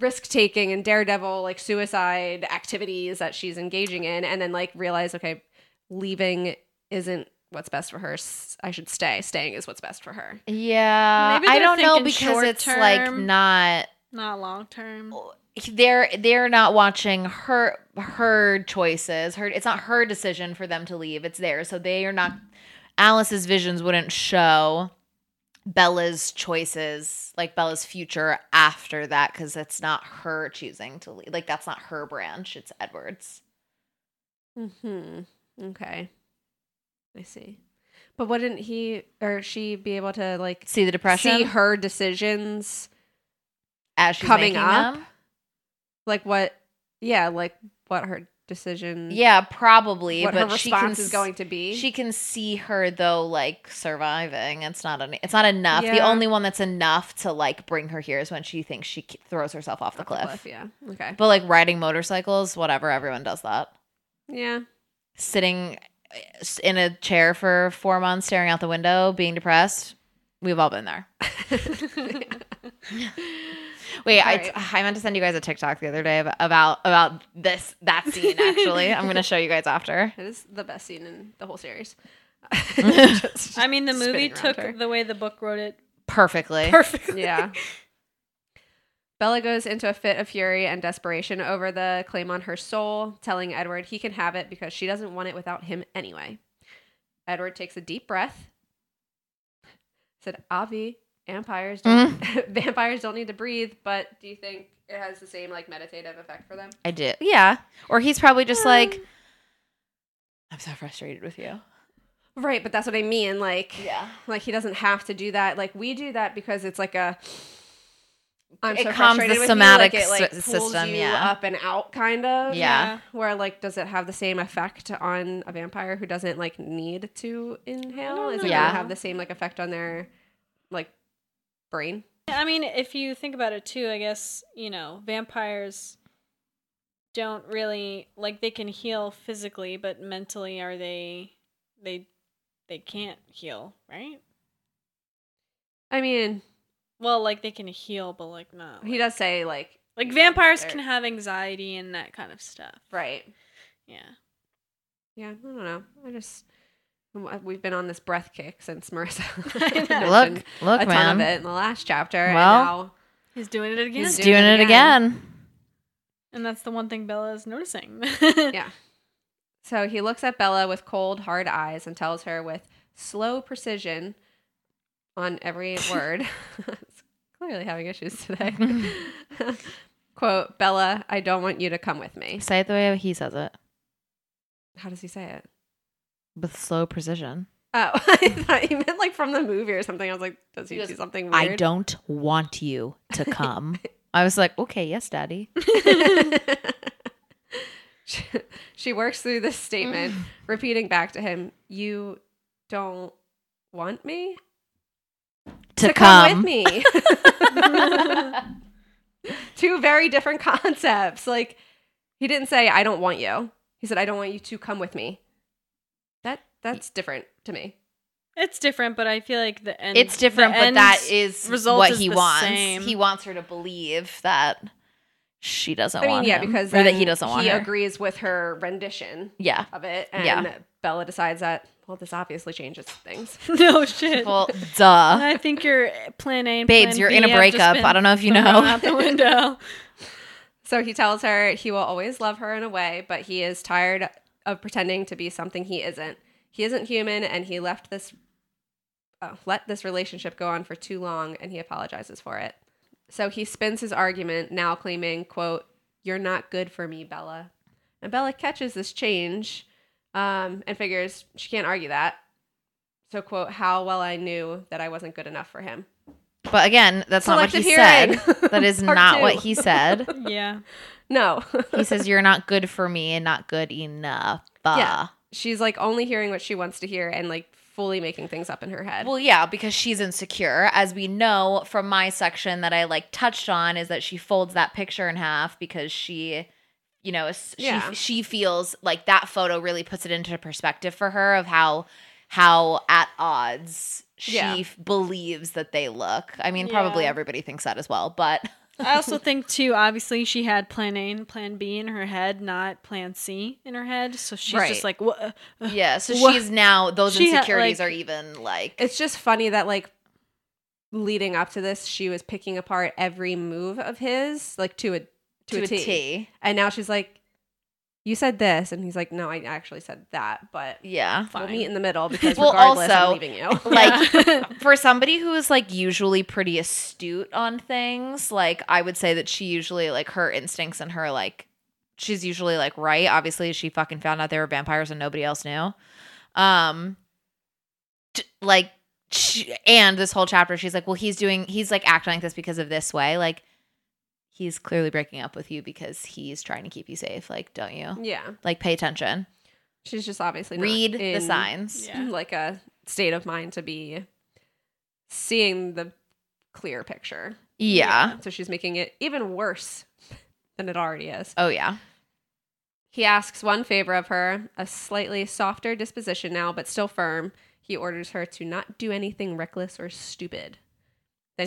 [SPEAKER 4] risk taking and daredevil like suicide activities that she's engaging in and then like realize okay leaving isn't what's best for her S- I should stay staying is what's best for her.
[SPEAKER 3] Yeah,
[SPEAKER 5] Maybe
[SPEAKER 3] I
[SPEAKER 5] they're
[SPEAKER 3] don't know
[SPEAKER 5] thinking
[SPEAKER 3] because
[SPEAKER 5] short
[SPEAKER 3] it's like
[SPEAKER 5] term.
[SPEAKER 3] not
[SPEAKER 5] not long term.
[SPEAKER 3] they're they're not watching her her choices. Her it's not her decision for them to leave. It's theirs, so they are not. Alice's visions wouldn't show Bella's choices, like Bella's future after that, because it's not her choosing to leave. Like that's not her branch; it's Edward's.
[SPEAKER 4] Hmm. Okay. I see. But wouldn't he or she be able to like
[SPEAKER 3] See the depression
[SPEAKER 4] see her decisions?
[SPEAKER 3] as she's
[SPEAKER 4] coming
[SPEAKER 3] making
[SPEAKER 4] up?
[SPEAKER 3] them?
[SPEAKER 4] Like what? Yeah, like what her decision.
[SPEAKER 3] Yeah, probably.
[SPEAKER 4] what
[SPEAKER 3] but
[SPEAKER 4] her
[SPEAKER 3] she can
[SPEAKER 4] response is
[SPEAKER 3] s-
[SPEAKER 4] going to be.
[SPEAKER 3] She can see her though, like surviving. It's not an. It's not enough. The
[SPEAKER 4] Yeah.
[SPEAKER 3] only one that's enough to like bring her here is when she thinks she k- throws herself off the
[SPEAKER 4] Off the
[SPEAKER 3] cliff.
[SPEAKER 4] Yeah. Okay.
[SPEAKER 3] But like riding motorcycles, whatever. Everyone does that.
[SPEAKER 4] Yeah.
[SPEAKER 3] Sitting uh, in a chair for four months, staring out the window, being depressed. We've all been there. Wait, I,
[SPEAKER 4] Right.
[SPEAKER 3] I meant to send you guys a TikTok the other day ab- about about this that scene. Actually, I'm gonna show you guys after.
[SPEAKER 4] It is the best scene in the whole series.
[SPEAKER 5] I mean, the
[SPEAKER 4] Spinning
[SPEAKER 5] movie
[SPEAKER 4] around
[SPEAKER 5] took
[SPEAKER 4] her.
[SPEAKER 5] the way the book wrote it
[SPEAKER 3] Perfectly.
[SPEAKER 5] perfectly.
[SPEAKER 4] yeah. Bella goes into a fit of fury and desperation over the claim on her soul, telling Edward he can have it because she doesn't want it without him anyway. Edward takes a deep breath. Said, "Avi, vampires don't vampires don't need to breathe, but do you think it has the same like meditative effect for them?"
[SPEAKER 3] I do. Yeah. Or he's probably just like, I'm so frustrated with you.
[SPEAKER 4] Right, but that's what I mean, like
[SPEAKER 3] Yeah.
[SPEAKER 4] like he doesn't have to do that. Like we do that because it's like a I'm
[SPEAKER 3] It
[SPEAKER 4] so
[SPEAKER 3] calms
[SPEAKER 4] frustrated
[SPEAKER 3] the
[SPEAKER 4] with you,
[SPEAKER 3] somatic
[SPEAKER 4] like it, like,
[SPEAKER 3] s-
[SPEAKER 4] pulls
[SPEAKER 3] system,
[SPEAKER 4] you
[SPEAKER 3] yeah.
[SPEAKER 4] up and out, kind of.
[SPEAKER 3] Yeah.
[SPEAKER 4] Where like, does it have the same effect on a vampire who doesn't like need to inhale? Is it
[SPEAKER 3] Yeah.
[SPEAKER 4] gonna have the same like effect on their like brain?
[SPEAKER 5] I mean, if you think about it too, I guess, you know, vampires don't really like they can heal physically, but mentally are they they they can't heal, right?
[SPEAKER 4] I mean,
[SPEAKER 5] Well, like they can heal, but like not.
[SPEAKER 4] he
[SPEAKER 5] like-
[SPEAKER 4] does say like
[SPEAKER 5] Like
[SPEAKER 4] you know,
[SPEAKER 5] vampires
[SPEAKER 4] they're-
[SPEAKER 5] can have anxiety and that kind of stuff.
[SPEAKER 4] right.
[SPEAKER 5] Yeah.
[SPEAKER 4] Yeah, I don't know. I just uh, we've been on this breath kick since Marissa.
[SPEAKER 5] I know.
[SPEAKER 3] Look,
[SPEAKER 4] mentioned
[SPEAKER 3] look,
[SPEAKER 4] a ton
[SPEAKER 3] man.
[SPEAKER 4] of it in the last chapter. and
[SPEAKER 3] Well,
[SPEAKER 4] now
[SPEAKER 5] He's doing it again.
[SPEAKER 3] He's
[SPEAKER 4] He's
[SPEAKER 3] doing, it again.
[SPEAKER 5] and that's the one thing Bella is noticing.
[SPEAKER 4] Yeah. So he looks at Bella with cold, hard eyes and tells her with slow precision on every word. It's clearly having issues today. Quote, Bella, I don't want you to come with me.
[SPEAKER 3] Say it the way he says it
[SPEAKER 4] How does he say it?
[SPEAKER 3] with slow precision.
[SPEAKER 4] Oh, I thought he meant like from the movie or something. I was like, does he
[SPEAKER 3] He
[SPEAKER 4] do
[SPEAKER 3] goes,
[SPEAKER 4] something weird?
[SPEAKER 3] I don't want you to come. I was like, okay, yes, daddy.
[SPEAKER 4] she, she works through this statement, repeating back to him, You don't want me?
[SPEAKER 3] To, come.
[SPEAKER 4] with me. Two very different concepts. Like he didn't say I don't want you. He said I don't want you to come with me. That that's different to me.
[SPEAKER 5] It's different, but I feel like the end
[SPEAKER 3] It's different,
[SPEAKER 5] the
[SPEAKER 3] but
[SPEAKER 5] end
[SPEAKER 3] that is
[SPEAKER 5] result
[SPEAKER 3] what
[SPEAKER 5] is
[SPEAKER 3] he
[SPEAKER 5] the
[SPEAKER 3] wants.
[SPEAKER 5] same.
[SPEAKER 3] He wants her to believe that she doesn't
[SPEAKER 4] I mean,
[SPEAKER 3] want
[SPEAKER 4] yeah,
[SPEAKER 3] him,
[SPEAKER 4] because
[SPEAKER 3] or that
[SPEAKER 4] then
[SPEAKER 3] he doesn't want
[SPEAKER 4] He
[SPEAKER 3] her.
[SPEAKER 4] agrees with her rendition
[SPEAKER 3] yeah.
[SPEAKER 4] of it, and
[SPEAKER 3] Yeah.
[SPEAKER 4] Bella decides that well, this obviously changes things.
[SPEAKER 5] no shit.
[SPEAKER 3] Well, duh.
[SPEAKER 5] I think your plan A, and
[SPEAKER 3] Babes,
[SPEAKER 5] plan
[SPEAKER 3] you're
[SPEAKER 5] B
[SPEAKER 3] in a
[SPEAKER 5] have just
[SPEAKER 3] breakup.
[SPEAKER 5] been
[SPEAKER 3] I don't know if you
[SPEAKER 5] thrown
[SPEAKER 3] know.
[SPEAKER 5] Out the window.
[SPEAKER 4] So he tells her he will always love her in a way, but he is tired of pretending to be something he isn't. He isn't human, and he left this uh, let this relationship go on for too long, and he apologizes for it. So he spins his argument, now claiming, "quote You're not good for me, Bella." And Bella catches this change, um, and figures she can't argue that. So, quote, how well I knew that I wasn't good enough for him.
[SPEAKER 3] But again, that's not what he
[SPEAKER 4] Selective
[SPEAKER 3] said.
[SPEAKER 4] hearing.
[SPEAKER 3] That is
[SPEAKER 4] Part
[SPEAKER 3] not
[SPEAKER 4] two.
[SPEAKER 3] what he said.
[SPEAKER 5] Yeah.
[SPEAKER 4] No.
[SPEAKER 3] He says you're not good for me and not good enough.
[SPEAKER 4] Yeah. she's like only hearing what she wants to hear and like fully making things up in her head.
[SPEAKER 3] Well, yeah, because she's insecure. As we know from my section that I like touched on is that she folds that picture in half because she, you know, is- she
[SPEAKER 4] Yeah.
[SPEAKER 3] she feels like that photo really puts it into perspective for her of how how at odds she
[SPEAKER 4] Yeah.
[SPEAKER 3] f- believes that they look. I mean, probably
[SPEAKER 5] Yeah.
[SPEAKER 3] everybody thinks that as well, but
[SPEAKER 5] I also think too. Obviously, she had plan A and plan B in her head, not plan C in her head. So she's
[SPEAKER 3] Right.
[SPEAKER 5] just like, what?
[SPEAKER 3] yeah, so
[SPEAKER 5] Wha-
[SPEAKER 3] she's now those
[SPEAKER 5] She had,
[SPEAKER 3] insecurities
[SPEAKER 5] like-
[SPEAKER 3] are even like
[SPEAKER 4] it's just funny that like leading up to this, she was picking apart every move of his like to a to, a T.
[SPEAKER 3] T.
[SPEAKER 4] and now she's like, you said this, and he's like, no, I actually said that, but
[SPEAKER 3] Yeah.
[SPEAKER 4] we'll
[SPEAKER 5] Fine.
[SPEAKER 4] meet in the middle because
[SPEAKER 3] Well,
[SPEAKER 4] regardless,
[SPEAKER 3] also-
[SPEAKER 4] I'm leaving you.
[SPEAKER 3] Like for somebody who is like usually pretty astute on things, like I would say that she usually like her instincts and her like she's usually like right. Obviously, she fucking found out they were vampires and nobody else knew. Um t- like she, and this whole chapter she's like, "Well, he's doing he's like acting like this because of this way." Like he's clearly breaking up with you because he's trying to keep you safe. Like, don't you?
[SPEAKER 4] yeah,
[SPEAKER 3] Like pay attention.
[SPEAKER 4] she's just obviously not
[SPEAKER 3] Read the
[SPEAKER 4] in,
[SPEAKER 3] signs.
[SPEAKER 5] Yeah.
[SPEAKER 4] like a state of mind to be seeing the clear picture.
[SPEAKER 3] yeah.
[SPEAKER 4] So she's making it even worse than it already is.
[SPEAKER 3] Oh yeah.
[SPEAKER 4] He asks one favor of her, a slightly softer disposition now, but still firm. He orders her to not do anything reckless or stupid. Then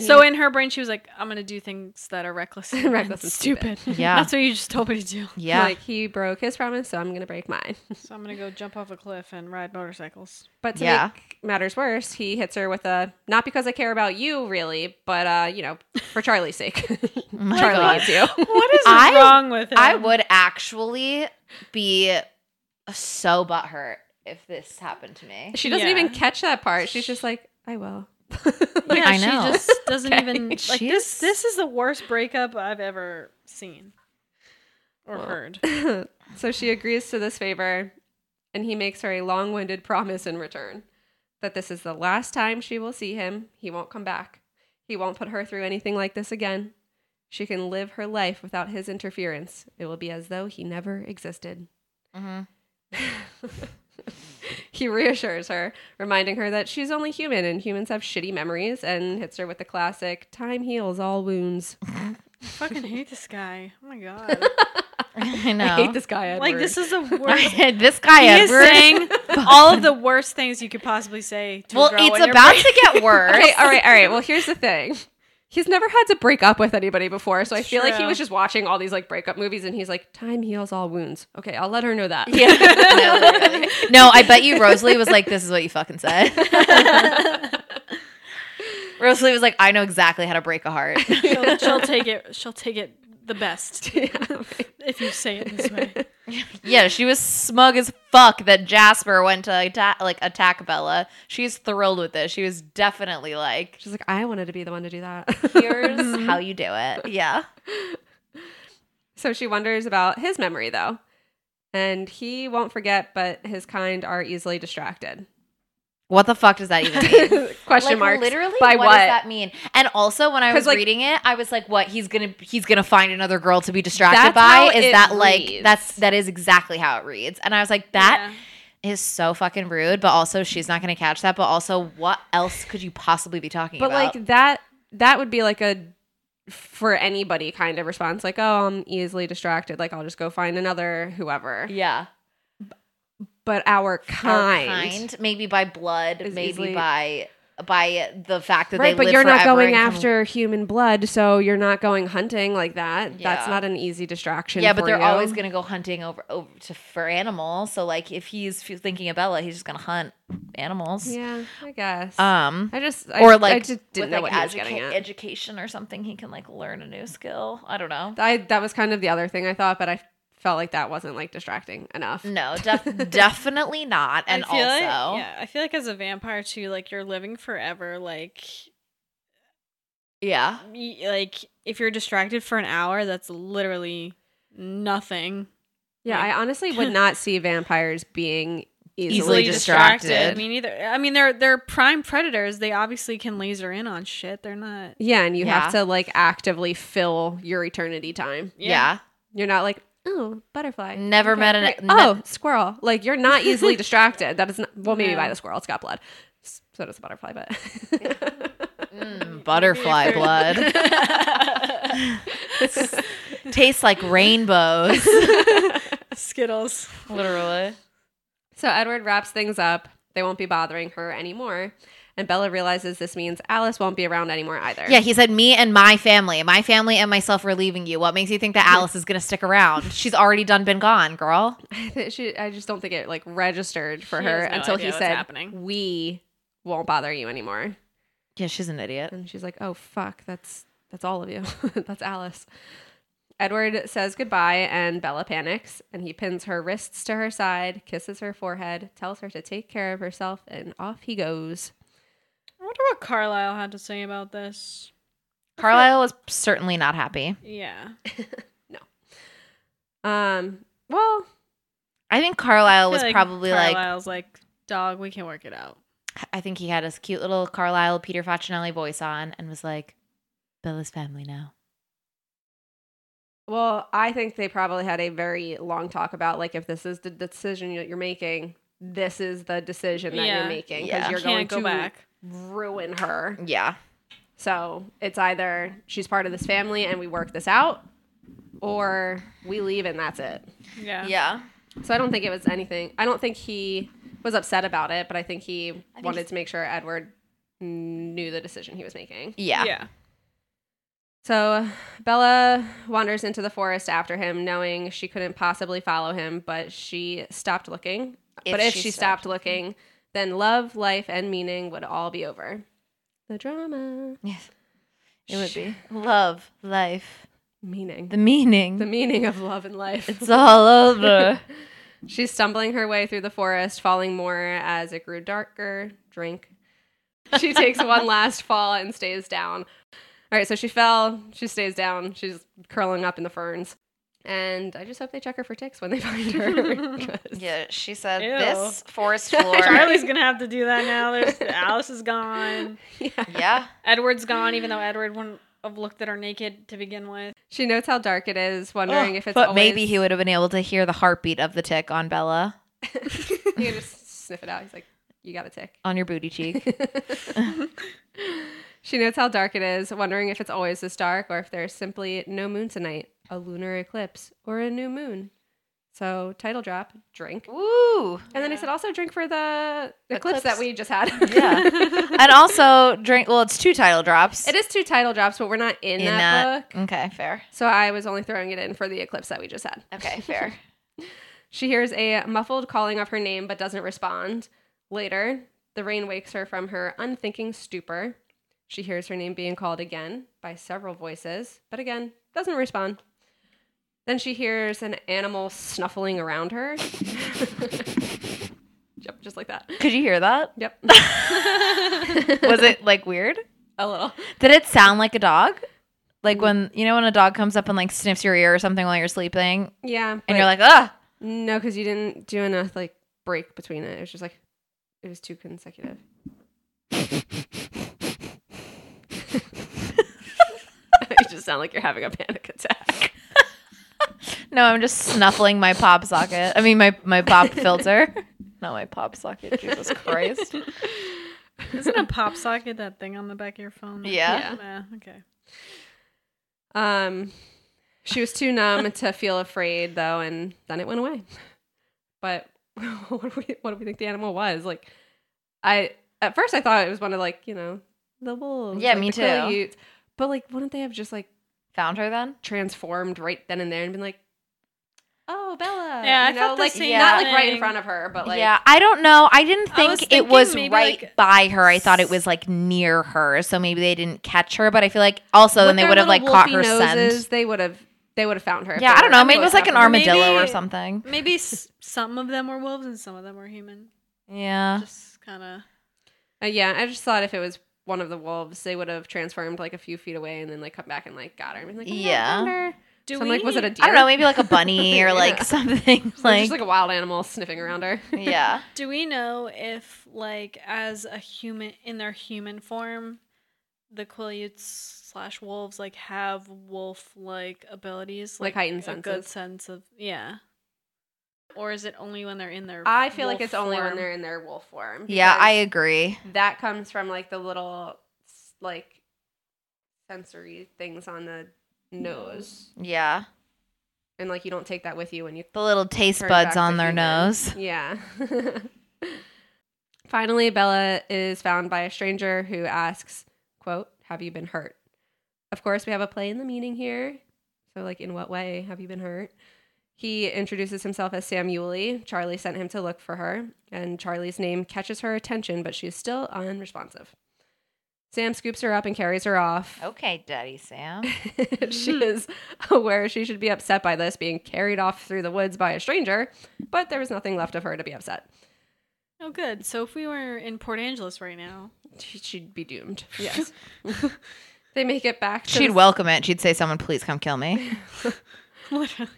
[SPEAKER 5] So
[SPEAKER 4] he-
[SPEAKER 5] in her brain, she was like, "I'm gonna do things that are reckless, and
[SPEAKER 4] Reckless and stupid.
[SPEAKER 3] Yeah.
[SPEAKER 5] That's what you just told me to do.
[SPEAKER 3] Yeah.
[SPEAKER 4] like he broke his promise, so I'm gonna break mine.
[SPEAKER 5] So I'm gonna go jump off a cliff and ride motorcycles.
[SPEAKER 4] But to
[SPEAKER 3] Yeah.
[SPEAKER 4] make matters worse, he hits her with a not because I care about you really, but uh, you know, for Charlie's sake.
[SPEAKER 3] Oh my
[SPEAKER 4] Charlie
[SPEAKER 3] God.
[SPEAKER 4] needs you.
[SPEAKER 5] What is
[SPEAKER 3] I-
[SPEAKER 5] wrong with him?
[SPEAKER 3] I would actually be so butthurt if this happened to me.
[SPEAKER 4] She doesn't
[SPEAKER 5] Yeah.
[SPEAKER 4] even catch that part. She's just like, I will.
[SPEAKER 5] Yeah,
[SPEAKER 3] I
[SPEAKER 5] she
[SPEAKER 3] know.
[SPEAKER 5] just doesn't
[SPEAKER 4] Okay.
[SPEAKER 5] even like
[SPEAKER 3] She's-
[SPEAKER 5] this. This is the worst breakup I've ever seen or heard.
[SPEAKER 4] so she agrees to this favor, and he makes her a long winded promise in return that this is the last time she will see him. He won't come back. He won't put her through anything like this again. She can live her life without his interference. It will be as though he never existed.
[SPEAKER 5] Mm-hmm.
[SPEAKER 3] Mhm.
[SPEAKER 4] he reassures her, reminding her that she's only human and humans have shitty memories, and hits her with the classic time heals all wounds.
[SPEAKER 5] fucking hate this guy. Oh my god.
[SPEAKER 3] I know.
[SPEAKER 4] I hate this guy. Edward.
[SPEAKER 5] like this is the worst.
[SPEAKER 3] this guy
[SPEAKER 5] He is
[SPEAKER 3] Edward.
[SPEAKER 5] saying all of the worst things you could possibly say. To a
[SPEAKER 3] well,
[SPEAKER 5] girl when
[SPEAKER 3] it's
[SPEAKER 5] you're
[SPEAKER 3] about
[SPEAKER 5] break-
[SPEAKER 3] to get worse.
[SPEAKER 4] Okay, all right, all right. Well, here's the thing. He's never had to break up with anybody before, so I feel like he
[SPEAKER 5] true.
[SPEAKER 4] was just watching all these like breakup movies and he's like, time heals all wounds. Okay, I'll let her know that.
[SPEAKER 3] Yeah. no, literally. no, I bet you Rosalie was like, "This is what you fucking said." Rosalie was like, "I know exactly how to break a heart."
[SPEAKER 5] she'll, she'll take it. She'll take it the best if you say it this way.
[SPEAKER 3] yeah, she was smug as fuck that Jasper went to atta- like attack Bella. She's thrilled with this. She was definitely like,
[SPEAKER 4] She's like, I wanted to be the one to do that.
[SPEAKER 3] here's how you do it. Yeah.
[SPEAKER 4] so she wonders about his memory though. And he won't forget, but his kind are easily distracted.
[SPEAKER 3] What the fuck does that even mean?
[SPEAKER 4] Question marks.
[SPEAKER 3] literally
[SPEAKER 4] By
[SPEAKER 3] what, does that mean? And also when I
[SPEAKER 4] 'Cause,
[SPEAKER 3] was
[SPEAKER 4] like-
[SPEAKER 3] reading it, I was like, what he's gonna he's gonna find another girl to be distracted
[SPEAKER 4] That's how
[SPEAKER 3] by? Is
[SPEAKER 4] it
[SPEAKER 3] that like
[SPEAKER 4] reads.
[SPEAKER 3] that's that is exactly how it reads. And I was like, that is so fucking rude, but also she's not gonna catch that. But also what else could you possibly be talking
[SPEAKER 4] but
[SPEAKER 3] about?
[SPEAKER 4] like that that would be like a for anybody kind of response like oh i'm easily distracted like i'll just go find another whoever
[SPEAKER 3] yeah.
[SPEAKER 4] but our
[SPEAKER 3] Our
[SPEAKER 4] kind,
[SPEAKER 3] kind. Maybe by blood,
[SPEAKER 4] Is
[SPEAKER 3] maybe
[SPEAKER 4] easily-
[SPEAKER 3] by by the fact that
[SPEAKER 4] right
[SPEAKER 3] they
[SPEAKER 4] but
[SPEAKER 3] live
[SPEAKER 4] you're not
[SPEAKER 3] forever
[SPEAKER 4] going
[SPEAKER 3] and come-
[SPEAKER 4] after human blood so you're not going hunting like that that's
[SPEAKER 3] Yeah.
[SPEAKER 4] not an easy distraction
[SPEAKER 3] yeah, but
[SPEAKER 4] for
[SPEAKER 3] they're
[SPEAKER 4] you.
[SPEAKER 3] always gonna go hunting over, over to for animals. So like, if he's f- thinking of Bella, he's just gonna hunt animals.
[SPEAKER 4] yeah i guess
[SPEAKER 3] Um,
[SPEAKER 4] i just I,
[SPEAKER 3] or
[SPEAKER 4] i
[SPEAKER 3] like
[SPEAKER 4] just didn't
[SPEAKER 3] with
[SPEAKER 4] know
[SPEAKER 3] like
[SPEAKER 4] what he was getting
[SPEAKER 3] educa-
[SPEAKER 4] at
[SPEAKER 3] education or something, he can like learn a new skill. I don't know.
[SPEAKER 4] I, that was kind of the other thing i thought but i felt like that wasn't like distracting enough
[SPEAKER 3] No, def- definitely not. And
[SPEAKER 5] I
[SPEAKER 3] also,
[SPEAKER 5] feel like- yeah, I feel like as a vampire too, like you're living forever. Like,
[SPEAKER 3] yeah,
[SPEAKER 5] y- like if you're distracted for an hour, that's literally nothing.
[SPEAKER 4] yeah i honestly would not see vampires being easily,
[SPEAKER 3] Easily distracted.
[SPEAKER 5] Me neither. I mean, they're they're prime predators. They obviously can laser in on shit. They're not.
[SPEAKER 4] Yeah, and you have
[SPEAKER 3] Yeah.
[SPEAKER 4] to like actively fill your eternity time.
[SPEAKER 3] yeah,
[SPEAKER 4] You're not like, oh, butterfly.
[SPEAKER 3] Never met an-
[SPEAKER 4] great.
[SPEAKER 3] ne-
[SPEAKER 4] oh, squirrel. Like you're not easily distracted. That is not well, maybe
[SPEAKER 5] No.
[SPEAKER 4] by the squirrel, it's got blood. S- So does the butterfly, but
[SPEAKER 3] Mm, butterfly blood tastes like rainbows.
[SPEAKER 5] Skittles.
[SPEAKER 3] Literally,
[SPEAKER 4] so Edward wraps things up. They won't be bothering her anymore. And Bella realizes this means Alice won't be around anymore either.
[SPEAKER 3] yeah. He said, "Me and my family, my family and myself are leaving you. What makes you think that Alice is gonna stick around? She's already done been gone, girl."
[SPEAKER 4] she, I just don't think it like registered for
[SPEAKER 5] She
[SPEAKER 4] her
[SPEAKER 5] has no
[SPEAKER 4] until
[SPEAKER 5] idea
[SPEAKER 4] he
[SPEAKER 5] what's
[SPEAKER 4] said,
[SPEAKER 5] happening.
[SPEAKER 4] "We won't bother you anymore."
[SPEAKER 3] Yeah, she's an idiot.
[SPEAKER 4] And she's like, "Oh fuck, that's that's all of you. that's Alice." Edward says goodbye and Bella panics and he pins her wrists to her side, kisses her forehead, tells her to take care of herself, and off he goes.
[SPEAKER 5] I wonder what Carlisle had to say about this.
[SPEAKER 3] Carlisle was certainly not happy.
[SPEAKER 5] Yeah.
[SPEAKER 4] Um, well,
[SPEAKER 3] I think Carlisle
[SPEAKER 5] I feel
[SPEAKER 3] was
[SPEAKER 5] like
[SPEAKER 3] probably like,
[SPEAKER 5] Carlisle's like, dog, we can work it out.
[SPEAKER 3] I think he had his cute little Carlisle Peter Facinelli voice on and was like, Bella's family now.
[SPEAKER 4] well, I think they probably had a very long talk about like if this is the decision that you're making, this is the decision that
[SPEAKER 5] Yeah.
[SPEAKER 4] you're making because
[SPEAKER 3] Yeah.
[SPEAKER 4] you're
[SPEAKER 5] Can't
[SPEAKER 4] going
[SPEAKER 5] go
[SPEAKER 4] to
[SPEAKER 5] back.
[SPEAKER 4] ruin her.
[SPEAKER 3] Yeah.
[SPEAKER 4] So it's either she's part of this family and we work this out, or we leave and that's it.
[SPEAKER 5] Yeah.
[SPEAKER 3] Yeah.
[SPEAKER 4] So I don't think it was anything. I don't think he was upset about it, but I think he wanted to make sure Edward knew the decision he was making.
[SPEAKER 3] Yeah.
[SPEAKER 4] So Bella wanders into the forest after him, knowing she couldn't possibly follow him, but she stopped looking.
[SPEAKER 3] If
[SPEAKER 4] but if
[SPEAKER 3] she
[SPEAKER 4] she, stopped looking, then love, life, and meaning would all be over. The drama.
[SPEAKER 3] Yes. It would be love, life,
[SPEAKER 4] Meaning.
[SPEAKER 3] the meaning.
[SPEAKER 4] the meaning of love and life.
[SPEAKER 3] it's all over.
[SPEAKER 4] She's stumbling her way through the forest, falling more as it grew darker. Drink. She takes one last fall and stays down. All right, so she fell. She stays down. She's curling up in the ferns. And I just hope they check her for ticks when they find her. 'cause-
[SPEAKER 3] yeah. She said,
[SPEAKER 5] Ew.
[SPEAKER 3] This forest floor.
[SPEAKER 5] Charlie's gonna have to do that now. There's Alice is gone.
[SPEAKER 4] yeah.
[SPEAKER 3] yeah.
[SPEAKER 5] Edward's gone, even though Edward wouldn't have looked at her naked to begin with.
[SPEAKER 4] She notes how dark it is, wondering
[SPEAKER 3] Ugh,
[SPEAKER 4] if it's
[SPEAKER 3] but
[SPEAKER 4] always-
[SPEAKER 3] maybe he would have been able to hear the heartbeat of the tick on Bella
[SPEAKER 4] he could just sniff it out. He's like, "You got a tick."
[SPEAKER 3] on your booty cheek.
[SPEAKER 4] she notes how dark it is, wondering if it's always this dark or if there's simply no moon tonight, a lunar eclipse, or a new moon. So, title drop, drink.
[SPEAKER 3] Woo!
[SPEAKER 4] And then I said also drink for the eclipse,
[SPEAKER 3] Eclipse.
[SPEAKER 4] that we just had.
[SPEAKER 3] Yeah. And also drink. Well, it's two title drops.
[SPEAKER 4] it is two title drops, but we're not in,
[SPEAKER 3] in
[SPEAKER 4] that,
[SPEAKER 3] that.
[SPEAKER 4] book.
[SPEAKER 3] Okay, fair.
[SPEAKER 4] So, I was only throwing it in for the eclipse that we just had.
[SPEAKER 3] Okay, fair.
[SPEAKER 4] She hears a muffled calling of her name but doesn't respond. Later, the rain wakes her from her unthinking stupor. She hears her name being called again by several voices, but again, doesn't respond. Then she hears an animal snuffling around her. yep, just like that.
[SPEAKER 3] Could you hear that?
[SPEAKER 4] Yep.
[SPEAKER 3] Was it like weird?
[SPEAKER 4] a little.
[SPEAKER 3] Did it sound like a dog? Like when you know when a dog comes up and like sniffs your ear or something while you're sleeping, and
[SPEAKER 4] Yeah.
[SPEAKER 3] you're like, ah,
[SPEAKER 4] no, because you didn't do enough like break between it. It was just like it was too consecutive. you just sound like you're having a panic attack.
[SPEAKER 3] no, I'm just snuffling my pop socket. I mean my my pop filter, not my pop socket. Jesus Christ.
[SPEAKER 5] Isn't a pop socket that thing on the back of your phone?
[SPEAKER 3] Yeah.
[SPEAKER 5] Nah, okay.
[SPEAKER 4] Um, she was too numb to feel afraid though, and then it went away. But what do we what do we think the animal was? Like, I at first I thought it was one of like you know the wolves.
[SPEAKER 3] Yeah,
[SPEAKER 4] like,
[SPEAKER 3] me
[SPEAKER 4] the coyotes.
[SPEAKER 3] too.
[SPEAKER 4] But like, wouldn't they have just like
[SPEAKER 3] Found her then?
[SPEAKER 4] transformed right then and there and been like, "Oh, Bella."
[SPEAKER 5] Yeah, I
[SPEAKER 4] you know,
[SPEAKER 5] felt the
[SPEAKER 4] like
[SPEAKER 5] same
[SPEAKER 4] not like right in
[SPEAKER 5] thing.
[SPEAKER 4] front of her, but like
[SPEAKER 3] yeah, I don't know. I didn't
[SPEAKER 5] I was
[SPEAKER 3] think it
[SPEAKER 5] thinking
[SPEAKER 3] was
[SPEAKER 5] maybe,
[SPEAKER 3] right
[SPEAKER 5] like,
[SPEAKER 3] by her. I thought it was like near her, so maybe they didn't catch her. But I feel like also then
[SPEAKER 4] with
[SPEAKER 3] they
[SPEAKER 4] their
[SPEAKER 3] would have like
[SPEAKER 4] little
[SPEAKER 3] caught her
[SPEAKER 4] wolfy
[SPEAKER 3] scent.
[SPEAKER 4] They would have they would have found her. if
[SPEAKER 3] Yeah,
[SPEAKER 4] they
[SPEAKER 3] I don't
[SPEAKER 4] were-
[SPEAKER 3] know. Maybe it
[SPEAKER 4] would
[SPEAKER 3] was
[SPEAKER 4] have
[SPEAKER 3] like an
[SPEAKER 4] found her.
[SPEAKER 3] armadillo or
[SPEAKER 5] Maybe-
[SPEAKER 3] something.
[SPEAKER 5] Maybe s- some of them were wolves and some of them were human.
[SPEAKER 3] Yeah,
[SPEAKER 5] Just kind of.
[SPEAKER 4] Uh, yeah, I just thought if it was one of the wolves, they would have transformed like a few feet away and then like come back and like got her. And, like, oh, yeah. I
[SPEAKER 3] Yeah.
[SPEAKER 4] found her.
[SPEAKER 5] Do
[SPEAKER 4] So I'm like, was it a deer?
[SPEAKER 3] I don't know. Maybe like a bunny or
[SPEAKER 4] Yeah.
[SPEAKER 3] like something
[SPEAKER 4] It was
[SPEAKER 3] like,
[SPEAKER 4] just like a wild animal sniffing around her.
[SPEAKER 3] yeah.
[SPEAKER 5] Do we know if, like, as a human in their human form, the Quileutes slash wolves like have wolf like abilities,
[SPEAKER 4] Like heightened
[SPEAKER 5] a good
[SPEAKER 4] senses.
[SPEAKER 5] sense of yeah, or is it only when they're in their?
[SPEAKER 4] I feel like
[SPEAKER 5] wolf
[SPEAKER 4] it's only when
[SPEAKER 5] form?
[SPEAKER 4] they're in their wolf form.
[SPEAKER 3] Yeah, I
[SPEAKER 4] because
[SPEAKER 3] agree.
[SPEAKER 4] that comes from like the little s- like sensory things on the nose.
[SPEAKER 3] Yeah,
[SPEAKER 4] and like you don't take that with you when you
[SPEAKER 3] the little taste
[SPEAKER 4] turn back
[SPEAKER 3] buds
[SPEAKER 4] to
[SPEAKER 3] on their
[SPEAKER 4] human.
[SPEAKER 3] nose.
[SPEAKER 4] Yeah. Finally, Bella is found by a stranger who asks, "Quote, have you been hurt?" Of course, we have a play in the meaning here. So, like, in what way have you been hurt? He introduces himself as Sam Yuley. Charlie sent him to look for her, and Charlie's name catches her attention, but she's still unresponsive. Sam scoops her up and carries her off.
[SPEAKER 3] Okay, Daddy Sam.
[SPEAKER 4] she is aware she should be upset by this being carried off through the woods by a stranger, but there was nothing left of her to be upset.
[SPEAKER 5] Oh, good. So if we were in Port Angeles right now,
[SPEAKER 4] She- She'd be doomed. Yes. they make it back. To
[SPEAKER 3] She'd
[SPEAKER 4] the-
[SPEAKER 3] welcome it. She'd say, "Someone, please come kill me."
[SPEAKER 5] literally.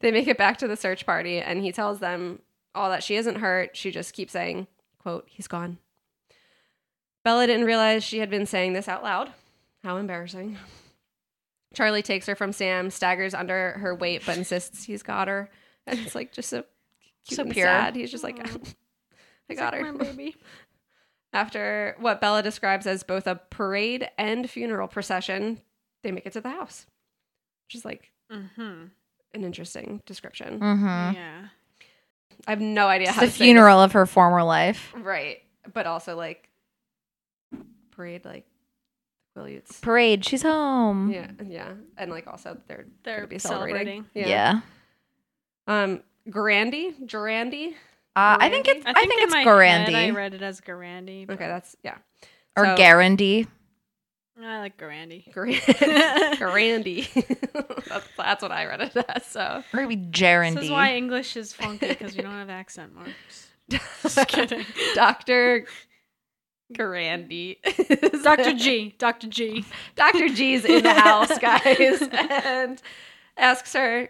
[SPEAKER 4] They make it back to the search party, and he tells them all that she isn't hurt. She just keeps saying, "quote He's gone." Bella didn't realize she had been saying this out loud. How embarrassing. Charlie takes her from Sam, staggers under her weight, but insists he's got her, and it's like just so cute
[SPEAKER 3] So
[SPEAKER 4] and
[SPEAKER 3] pure.
[SPEAKER 4] sad. He's just like,
[SPEAKER 5] Aw.
[SPEAKER 4] "I got her."
[SPEAKER 5] My baby.
[SPEAKER 4] After what Bella describes as both a parade and funeral procession, they make it to the house, which is like
[SPEAKER 5] Mm-hmm.
[SPEAKER 4] an interesting description.
[SPEAKER 3] Mm-hmm.
[SPEAKER 5] Yeah.
[SPEAKER 4] I have no idea
[SPEAKER 3] It's
[SPEAKER 4] how
[SPEAKER 3] the
[SPEAKER 4] to say this.
[SPEAKER 3] funeral of her former life.
[SPEAKER 4] Right. But also like parade like Williams.
[SPEAKER 3] Parade. She's home.
[SPEAKER 4] Yeah, yeah. And like also they're
[SPEAKER 5] They're
[SPEAKER 4] gonna be
[SPEAKER 5] celebrating.
[SPEAKER 4] celebrating.
[SPEAKER 3] Yeah.
[SPEAKER 4] Um Grandy? Grandy?
[SPEAKER 3] Uh, I think
[SPEAKER 4] Guarandi?
[SPEAKER 3] it's. I think,
[SPEAKER 5] in
[SPEAKER 3] it's
[SPEAKER 5] my head I
[SPEAKER 3] Garandi
[SPEAKER 5] read it as Garandi.
[SPEAKER 4] Okay, that's yeah.
[SPEAKER 3] or
[SPEAKER 4] So-
[SPEAKER 3] Garandi.
[SPEAKER 5] I like Garandi.
[SPEAKER 4] Gran- Grandy. that's, that's what I read it as. So
[SPEAKER 3] Or maybe
[SPEAKER 5] This
[SPEAKER 3] Gerandy.
[SPEAKER 5] is why English is funky because we don't have accent marks. Just kidding.
[SPEAKER 4] Dr. Grandy.
[SPEAKER 5] Dr. G. Dr. G.
[SPEAKER 4] Dr. G's in the house, guys, and asks her,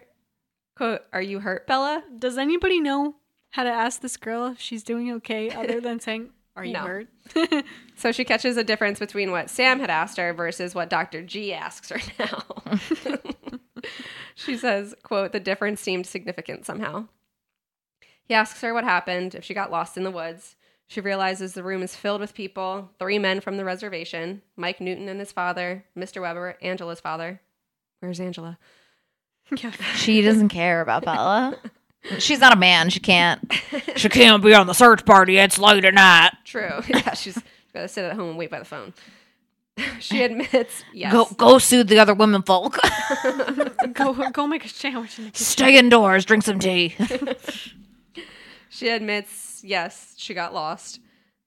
[SPEAKER 4] quote, Are you hurt, Bella?
[SPEAKER 5] Does anybody know how to ask this girl if she's doing okay other than saying, Are you
[SPEAKER 4] No.
[SPEAKER 5] hurt?
[SPEAKER 4] So she catches a difference between what Sam had asked her versus what Dr. G asks her now. she says, quote, the difference seemed significant somehow. He asks her what happened, if she got lost in the woods. She realizes the room is filled with people, three men from the reservation, Mike Newton and his father, Mr. Weber, Angela's father. Where's Angela?
[SPEAKER 5] yeah.
[SPEAKER 3] she doesn't care about Bella. She's not a man. She can't. She can't be on the search party. It's late at night.
[SPEAKER 4] True. yeah, she's gotta sit at home and wait by the phone. she admits, yes.
[SPEAKER 3] Go go soothe the other women folk.
[SPEAKER 5] go, go make a sandwich in the kitchen.
[SPEAKER 3] Stay indoors. Drink some tea.
[SPEAKER 4] She admits, yes, she got lost.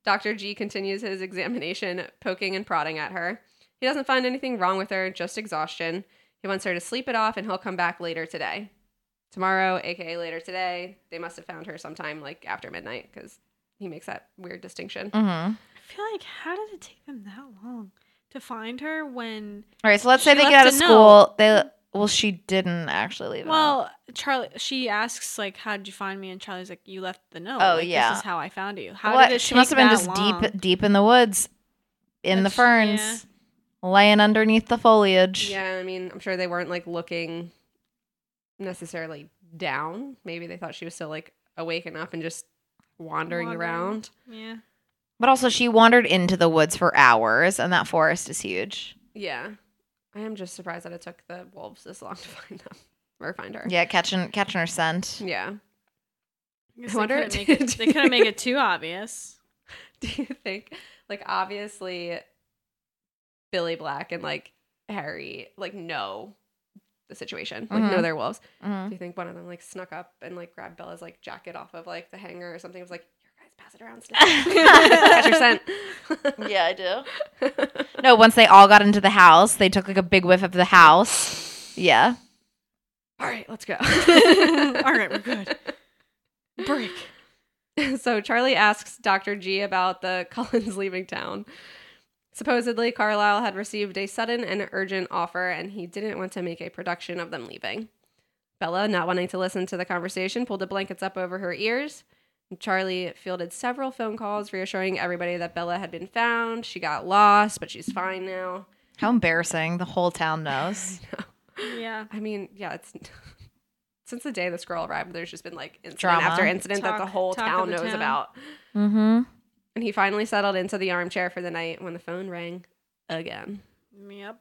[SPEAKER 4] Dr. G continues his examination, poking and prodding at her. He doesn't find anything wrong with her, just exhaustion. He wants her to sleep it off and he'll come back later today. Tomorrow, aka later today, they must have found her sometime like after midnight because he makes that weird distinction.
[SPEAKER 3] Mm-hmm.
[SPEAKER 5] I feel like, how did it take them that long to find her when.
[SPEAKER 3] All right, so let's
[SPEAKER 5] She
[SPEAKER 3] say they get out
[SPEAKER 5] left
[SPEAKER 3] of
[SPEAKER 5] a
[SPEAKER 3] school. They well, she didn't actually leave. it out.
[SPEAKER 5] Well, Charlie, she asks, like, how did you find me? And Charlie's like, you left the note.
[SPEAKER 3] Oh,
[SPEAKER 5] Like,
[SPEAKER 3] yeah.
[SPEAKER 5] This is how I found you. How
[SPEAKER 3] What?
[SPEAKER 5] did it
[SPEAKER 3] she must have
[SPEAKER 5] take
[SPEAKER 3] been
[SPEAKER 5] that
[SPEAKER 3] just
[SPEAKER 5] long?
[SPEAKER 3] deep, deep in the woods, in the
[SPEAKER 5] That's-
[SPEAKER 3] ferns, laying underneath the foliage.
[SPEAKER 4] Yeah, I mean, I'm sure they weren't like looking necessarily down. Maybe they thought she was still like awake and up and just wandering,
[SPEAKER 5] Wandering.
[SPEAKER 4] around.
[SPEAKER 5] Yeah.
[SPEAKER 3] But also, she wandered into the woods for hours, and that forest is huge.
[SPEAKER 4] Yeah. I am just surprised that it took the wolves this long to find them or find her.
[SPEAKER 3] Yeah, catching catching her scent.
[SPEAKER 4] Yeah.
[SPEAKER 5] I guess
[SPEAKER 4] I wonder-
[SPEAKER 5] they couldn't make it, they couldn't make it too obvious.
[SPEAKER 4] Do you think, like, obviously, Billy Black and, like, Harry, like, know the situation, like, know
[SPEAKER 3] Mhm.
[SPEAKER 4] they're wolves.
[SPEAKER 3] Mhm.
[SPEAKER 4] Do you think one of them, like, snuck up and, like, grabbed Bella's, like, jacket off of, like, the hanger or something? It was like, your guys pass it around. Snap. Catch your scent.
[SPEAKER 3] Yeah, I do. No, once they all got into the house, they took like a big whiff of the house. Yeah.
[SPEAKER 4] All right, let's go.
[SPEAKER 5] All right, we're good. Break.
[SPEAKER 4] so Charlie asks Dr. G about the Cullens leaving town. Supposedly, Carlyle had received a sudden and urgent offer, and he didn't want to make a production of them leaving. Bella, not wanting to listen to the conversation, pulled the blankets up over her ears. Charlie fielded several phone calls reassuring everybody that Bella had been found. She got lost, but she's fine now.
[SPEAKER 3] How embarrassing! The whole town knows.
[SPEAKER 5] Yeah.
[SPEAKER 4] I mean, yeah, it's since the day this girl arrived, there's just been like incident
[SPEAKER 3] Drama.
[SPEAKER 4] after incident that
[SPEAKER 5] Talk-
[SPEAKER 4] the whole
[SPEAKER 5] talk of
[SPEAKER 4] town
[SPEAKER 5] the
[SPEAKER 4] knows
[SPEAKER 5] town.
[SPEAKER 4] about.
[SPEAKER 3] Mm-hmm.
[SPEAKER 4] And he finally settled into the armchair for the night when the phone rang again.
[SPEAKER 5] Yep.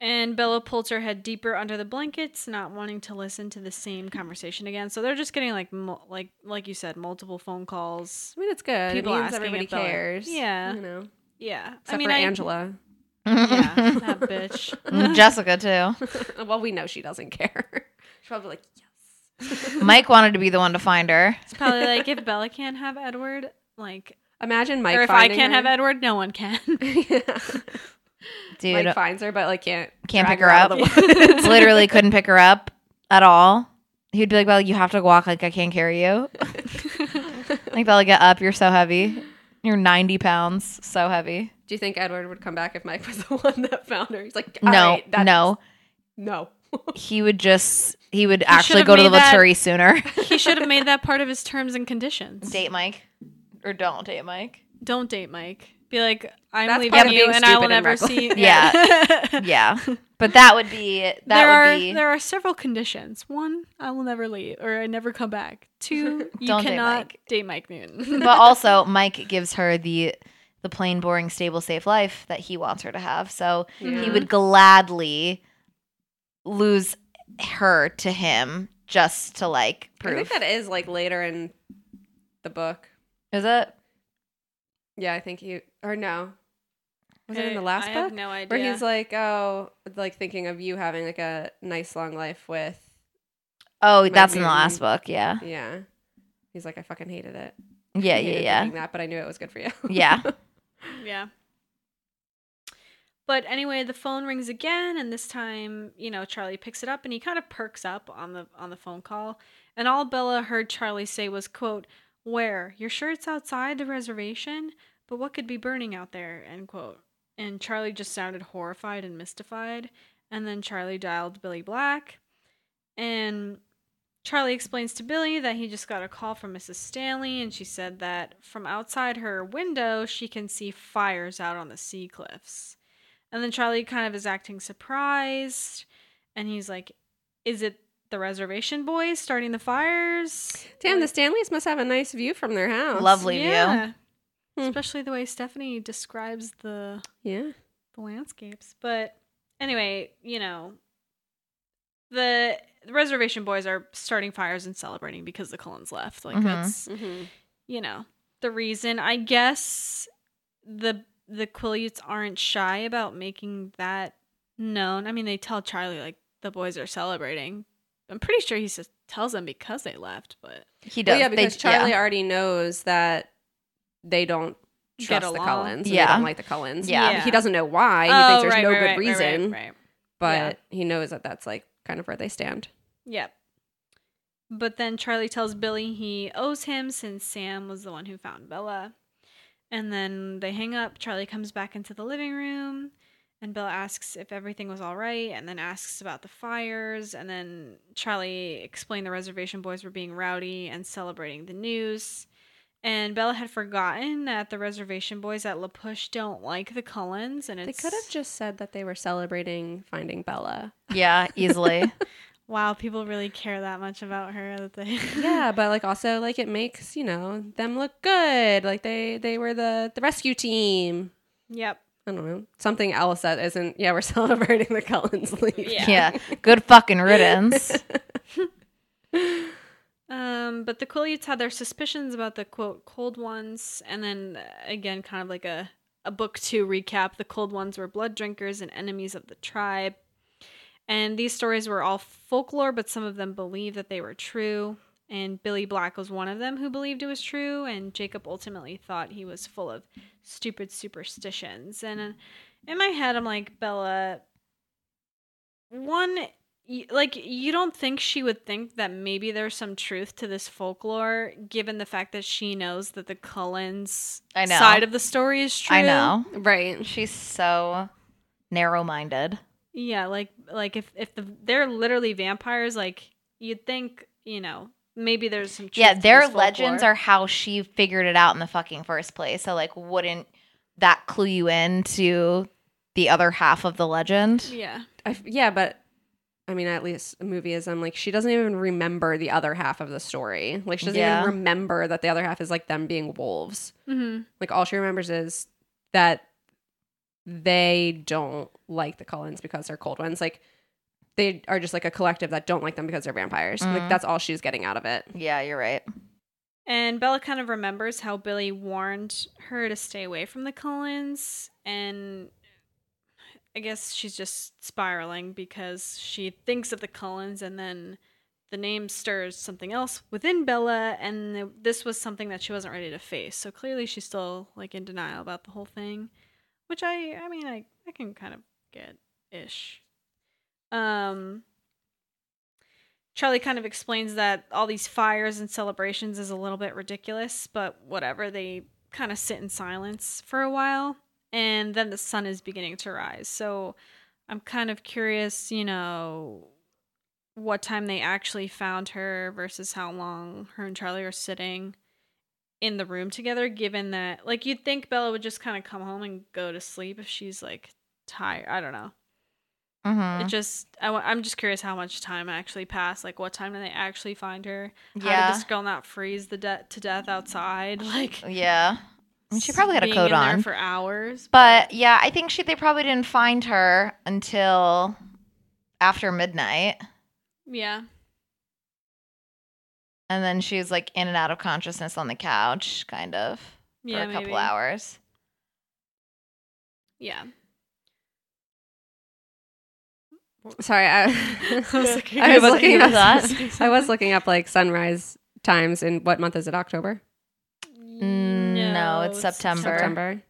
[SPEAKER 5] And Bella pulls her head deeper under the blankets, not wanting to listen to the same conversation again. So they're just getting like, mul like, like you said, multiple phone calls.
[SPEAKER 4] I mean, it's good.
[SPEAKER 5] People
[SPEAKER 4] it means
[SPEAKER 5] asking
[SPEAKER 4] everybody
[SPEAKER 5] if they'll-
[SPEAKER 4] cares.
[SPEAKER 5] Yeah.
[SPEAKER 4] you know,
[SPEAKER 5] Yeah,
[SPEAKER 4] except
[SPEAKER 5] I mean,
[SPEAKER 4] for
[SPEAKER 5] I,
[SPEAKER 4] Angela.
[SPEAKER 5] Yeah, that bitch.
[SPEAKER 3] Mm-hmm. Jessica too.
[SPEAKER 4] well, we know she doesn't care. She's probably like, yes.
[SPEAKER 3] Mike wanted to be the one to find her.
[SPEAKER 5] It's probably like if Bella can't have Edward, like
[SPEAKER 4] Imagine Mike.
[SPEAKER 5] or if I
[SPEAKER 4] finding
[SPEAKER 5] can't
[SPEAKER 4] her.
[SPEAKER 5] have Edward, no one can.
[SPEAKER 4] yeah.
[SPEAKER 3] Dude,
[SPEAKER 5] uh,
[SPEAKER 4] Mike finds her, but like can't
[SPEAKER 3] can't
[SPEAKER 4] drag
[SPEAKER 3] pick her
[SPEAKER 4] out
[SPEAKER 3] up.
[SPEAKER 4] of the woods.
[SPEAKER 3] Literally couldn't pick her up at all. He'd be like, Bella, you have to walk. Like, I can't carry you. like, Bella, get up. You're so heavy. You're 90 pounds. So heavy.
[SPEAKER 4] Do you think Edward would come back if Mike was the one that found her? He's like,
[SPEAKER 3] no,
[SPEAKER 4] "All right, that's-
[SPEAKER 3] no.
[SPEAKER 4] no.
[SPEAKER 3] He would just, he would actually
[SPEAKER 5] should've
[SPEAKER 3] go to the
[SPEAKER 5] made that-
[SPEAKER 3] Laturi sooner.
[SPEAKER 5] he should have made that part of his terms and conditions.
[SPEAKER 3] date Mike or don't date Mike.
[SPEAKER 5] Don't date Mike. Be like, I'm
[SPEAKER 4] That's
[SPEAKER 5] leaving
[SPEAKER 4] part of
[SPEAKER 5] you,
[SPEAKER 4] being
[SPEAKER 5] and I will
[SPEAKER 4] stupid and
[SPEAKER 5] never see.
[SPEAKER 4] reckless.
[SPEAKER 3] Yeah. But that would be, that
[SPEAKER 5] there
[SPEAKER 3] would
[SPEAKER 5] are
[SPEAKER 3] be.
[SPEAKER 5] there are several conditions. One, I will never leave, or I never come back. Two, you
[SPEAKER 3] Don't date
[SPEAKER 5] cannot
[SPEAKER 3] Mike.
[SPEAKER 5] date Mike Newton.
[SPEAKER 3] but also Mike gives her the the plain, boring, stable, safe life that he wants her to have. So he
[SPEAKER 4] Yeah.
[SPEAKER 3] would gladly lose her to him just to like
[SPEAKER 4] I
[SPEAKER 3] prove.
[SPEAKER 4] think that is like later in the book.
[SPEAKER 3] Is it?
[SPEAKER 4] Yeah, I think he or no. Was it in
[SPEAKER 5] I-
[SPEAKER 4] the last
[SPEAKER 5] I
[SPEAKER 4] book?
[SPEAKER 5] have no idea.
[SPEAKER 4] Where he's like, oh, like thinking of you having like a nice long life with,
[SPEAKER 3] Oh,
[SPEAKER 4] Might
[SPEAKER 3] that's in
[SPEAKER 4] be.
[SPEAKER 3] the last book. Yeah.
[SPEAKER 4] yeah. He's like, I fucking hated it.
[SPEAKER 3] Yeah, yeah,
[SPEAKER 4] I hated
[SPEAKER 3] yeah.
[SPEAKER 4] thinking That, but I knew it was good for you.
[SPEAKER 3] Yeah.
[SPEAKER 5] yeah. But anyway, the phone rings again, and this time, you know, Charlie picks it up, and he kind of perks up on the on the phone call. And all Bella heard Charlie say was, "quote Where you're sure it's outside the reservation, but what could be burning out there?" End quote. And Charlie just sounded horrified and mystified. And then Charlie dialed Billy Black, and Charlie explains to Billy that he just got a call from Mrs. Stanley, and she said that from outside her window, she can see fires out on the sea cliffs. And then Charlie kind of is acting surprised, and he's like, Is it the reservation boys starting the fires?
[SPEAKER 4] Damn,
[SPEAKER 5] Like,
[SPEAKER 4] the Stanleys must have a nice view from their house.
[SPEAKER 3] Lovely view.
[SPEAKER 4] Hmm.
[SPEAKER 5] Especially the way Stephanie describes the
[SPEAKER 4] Yeah.
[SPEAKER 5] the landscapes. But anyway, you know, the, the reservation boys are starting fires and celebrating because the Cullens left. Like
[SPEAKER 3] Mhm.
[SPEAKER 5] that's
[SPEAKER 4] Mm-hmm.
[SPEAKER 5] you know the reason. I guess the the Quileutes aren't shy about making that known. I mean, they tell Charlie like the boys are celebrating. I'm pretty sure he says tells them because they left, but
[SPEAKER 3] He does.
[SPEAKER 4] Well, yeah,
[SPEAKER 3] They-
[SPEAKER 4] because Charlie already knows that they don't
[SPEAKER 5] Get
[SPEAKER 4] trust the
[SPEAKER 5] along. Oh,
[SPEAKER 4] Cullens. Yeah.
[SPEAKER 3] Yeah.
[SPEAKER 4] They don't like the Cullens.
[SPEAKER 3] Yeah.
[SPEAKER 4] He doesn't know why. He thinks there's no good reason,
[SPEAKER 5] right, right.
[SPEAKER 4] but he knows that that's like kind of where they stand.
[SPEAKER 5] Yep. But then Charlie tells Billy he owes him since Sam was the one who found Bella. And then they hang up. Charlie comes back into the living room and Bella asks if everything was all right and then asks about the fires. And then Charlie explained the reservation boys were being rowdy and celebrating the news. And Bella had forgotten that the reservation boys at La Push don't like the Cullens. And
[SPEAKER 4] They
[SPEAKER 5] it's
[SPEAKER 4] could have just said that they were celebrating finding Bella.
[SPEAKER 3] yeah, easily.
[SPEAKER 5] wow, people really care that much about her that they
[SPEAKER 4] Yeah, but like also like it makes, you know, them look good. Like they they were the the rescue team.
[SPEAKER 5] yep.
[SPEAKER 4] I don't know. Something else that isn't yeah, we're celebrating the Cullens leave.
[SPEAKER 5] Yeah.
[SPEAKER 3] yeah. Good fucking riddance.
[SPEAKER 5] Um, but the Quileutes had their suspicions about the quote cold ones, and then uh, again, kind of like a a book two recap. The cold ones were blood drinkers and enemies of the tribe, and these stories were all folklore, but some of them believed that they were true. And Billy Black was one of them who believed it was true, and Jacob ultimately thought he was full of stupid superstitions. And uh, in my head, I'm like Bella. One y- like you don't think she would think that maybe there's some truth to this folklore given the fact that she knows that the Cullens
[SPEAKER 3] I know.
[SPEAKER 5] side of the story is true.
[SPEAKER 3] I know.
[SPEAKER 4] Right.
[SPEAKER 3] She's so narrow minded.
[SPEAKER 5] Yeah, like like if if the, they're literally vampires like you'd think, you know, maybe there's some truth
[SPEAKER 3] Yeah,
[SPEAKER 5] to
[SPEAKER 3] their
[SPEAKER 5] this
[SPEAKER 3] legends
[SPEAKER 5] folklore.
[SPEAKER 3] are how she figured it out in the fucking first place. So like wouldn't that clue you in to the other half of the legend?
[SPEAKER 5] Yeah.
[SPEAKER 4] I f yeah, but I mean, at least movieism, like she doesn't even remember the other half of the story. Like she doesn't
[SPEAKER 3] Yeah.
[SPEAKER 4] even remember that the other half is like them being wolves.
[SPEAKER 5] Mhm.
[SPEAKER 4] Like all she remembers is that they don't like the Cullens because they're cold ones. Like they are just like a collective that don't like them because they're vampires.
[SPEAKER 3] Mhm.
[SPEAKER 4] Like that's all she's getting out of it.
[SPEAKER 3] Yeah, you're right.
[SPEAKER 5] And Bella kind of remembers how Billy warned her to stay away from the Cullens. And I guess she's just spiraling because she thinks of the Cullens and then the name stirs something else within Bella, and th- this was something that she wasn't ready to face. So clearly, she's still like in denial about the whole thing, which I, I mean, I, I can kind of get ish. Um, Charlie kind of explains that all these fires and celebrations is a little bit ridiculous, but whatever. They kind of sit in silence for a while, and then the sun is beginning to rise. So I'm kind of curious, you know, what time they actually found her versus how long her and Charlie are sitting in the room together, given that, like, you'd think Bella would just kind of come home and go to sleep if she's, like, tired. I don't know. It
[SPEAKER 3] Mhm.
[SPEAKER 5] just, I, wa- I'm just curious how much time actually passed. Like, what time did they actually find her? How
[SPEAKER 3] Yeah.
[SPEAKER 5] did this girl not freeze the de- to death outside? Like,
[SPEAKER 3] Yeah. I mean, she probably had a
[SPEAKER 5] being
[SPEAKER 3] coat
[SPEAKER 5] in there
[SPEAKER 3] on.
[SPEAKER 5] for hours.
[SPEAKER 3] But yeah, I think she they probably didn't find her until after midnight.
[SPEAKER 5] yeah.
[SPEAKER 3] And then she was like in and out of consciousness on the couch, kind of, for
[SPEAKER 5] Yeah.
[SPEAKER 3] a couple
[SPEAKER 5] maybe.
[SPEAKER 3] hours.
[SPEAKER 5] Yeah.
[SPEAKER 4] Sorry, I,
[SPEAKER 5] I was like,
[SPEAKER 4] I was looking
[SPEAKER 3] at
[SPEAKER 4] up
[SPEAKER 3] that.
[SPEAKER 4] I was looking up like sunrise times and what month is it? October,
[SPEAKER 3] Mm, no, it's September.
[SPEAKER 4] September.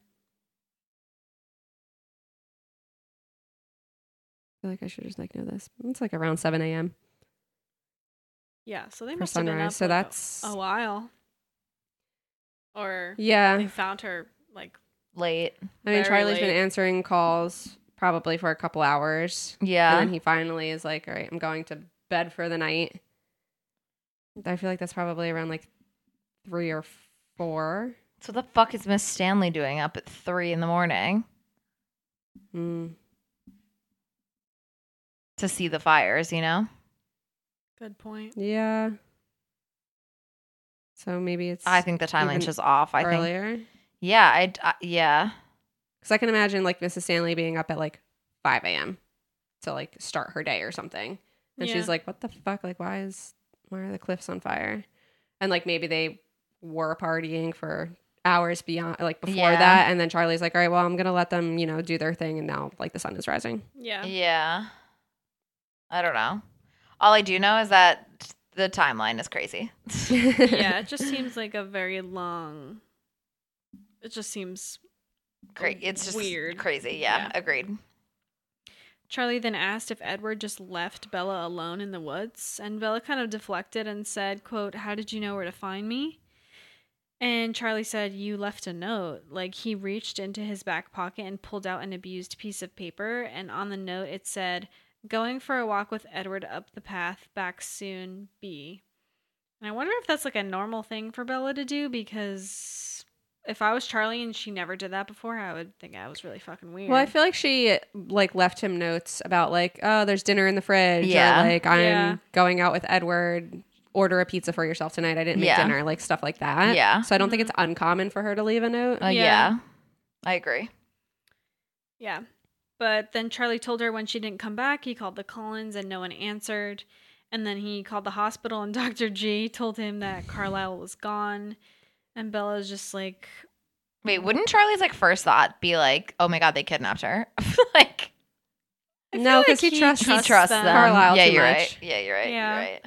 [SPEAKER 4] I feel like I should just like know this. It's like around seven a.m.
[SPEAKER 5] Yeah, so they
[SPEAKER 4] for
[SPEAKER 5] must have been
[SPEAKER 4] sunrise,
[SPEAKER 5] up
[SPEAKER 4] so
[SPEAKER 5] a-
[SPEAKER 4] that's-
[SPEAKER 5] a while. Or they
[SPEAKER 4] Yeah,
[SPEAKER 5] found her like
[SPEAKER 3] Late.
[SPEAKER 4] I mean
[SPEAKER 5] very
[SPEAKER 4] Charlie's been
[SPEAKER 5] late.
[SPEAKER 4] answering calls probably for a couple hours,
[SPEAKER 3] Yeah.
[SPEAKER 4] and then he finally is like, "All right, I'm going to bed for the night." I feel like that's probably around like three or four.
[SPEAKER 3] so what the fuck is Miss Stanley doing up at three in the morning
[SPEAKER 4] Mm.
[SPEAKER 3] to see the fires, you know?
[SPEAKER 5] good point.
[SPEAKER 4] Yeah. So maybe it's
[SPEAKER 3] I think the timeline's
[SPEAKER 4] Even
[SPEAKER 3] just off. I think.
[SPEAKER 4] earlier.
[SPEAKER 3] Yeah, I, I yeah.
[SPEAKER 4] Because I can imagine like Mrs. Stanley being up at like 5 a.m. to like start her day or something. And
[SPEAKER 5] Yeah.
[SPEAKER 4] she's like, what the fuck? Like, why is, why are the cliffs on fire? And like maybe they were partying for hours beyond, like before
[SPEAKER 3] Yeah.
[SPEAKER 4] that. And then Charlie's like, all right, well, I'm going to let them, you know, do their thing. And now like the sun is rising.
[SPEAKER 5] Yeah.
[SPEAKER 3] Yeah. I don't know. All I do know is that the timeline is crazy.
[SPEAKER 5] Yeah, it just seems like a very long it just seems
[SPEAKER 3] Cra- it's just
[SPEAKER 5] Weird.
[SPEAKER 3] crazy. Yeah,
[SPEAKER 5] Yeah.
[SPEAKER 3] agreed.
[SPEAKER 5] Charlie then asked if Edward just left Bella alone in the woods, and Bella kind of deflected and said, quote, "How did you know where to find me?" And Charlie said, "You left a note." Like he reached into his back pocket and pulled out an abused piece of paper, and on the note it said, "Going for a walk with Edward up the path, back soon, B." And I wonder if that's like a normal thing for Bella to do because if I was Charlie and she never did that before, I would think I was really fucking weird.
[SPEAKER 4] Well, I feel like she like left him notes about like, oh, there's dinner in the fridge.
[SPEAKER 3] Yeah.
[SPEAKER 4] Or like, I'm
[SPEAKER 5] Yeah.
[SPEAKER 4] going out with Edward. Order a pizza for yourself tonight. I didn't make
[SPEAKER 3] Yeah.
[SPEAKER 4] dinner, like stuff like that.
[SPEAKER 3] Yeah.
[SPEAKER 4] So I don't think it's uncommon for her to leave a note.
[SPEAKER 3] Uh, yeah.
[SPEAKER 5] Yeah.
[SPEAKER 3] I agree.
[SPEAKER 5] Yeah. But then Charlie told her when she didn't come back, he called the Collins and no one answered. And then he called the hospital and Dr. G told him that Carlisle was gone. And Bella's just like,
[SPEAKER 3] Wait, wouldn't Charlie's like first thought be like, "Oh my god, they kidnapped her"? like
[SPEAKER 5] I
[SPEAKER 4] No,
[SPEAKER 5] feel
[SPEAKER 4] 'cause he trusts-
[SPEAKER 3] he
[SPEAKER 4] Trust
[SPEAKER 3] trusts them.
[SPEAKER 5] them.
[SPEAKER 4] Carlisle
[SPEAKER 3] yeah,
[SPEAKER 4] too
[SPEAKER 3] you're
[SPEAKER 4] much.
[SPEAKER 3] right. Yeah, you're right.
[SPEAKER 5] Yeah.
[SPEAKER 3] You're right.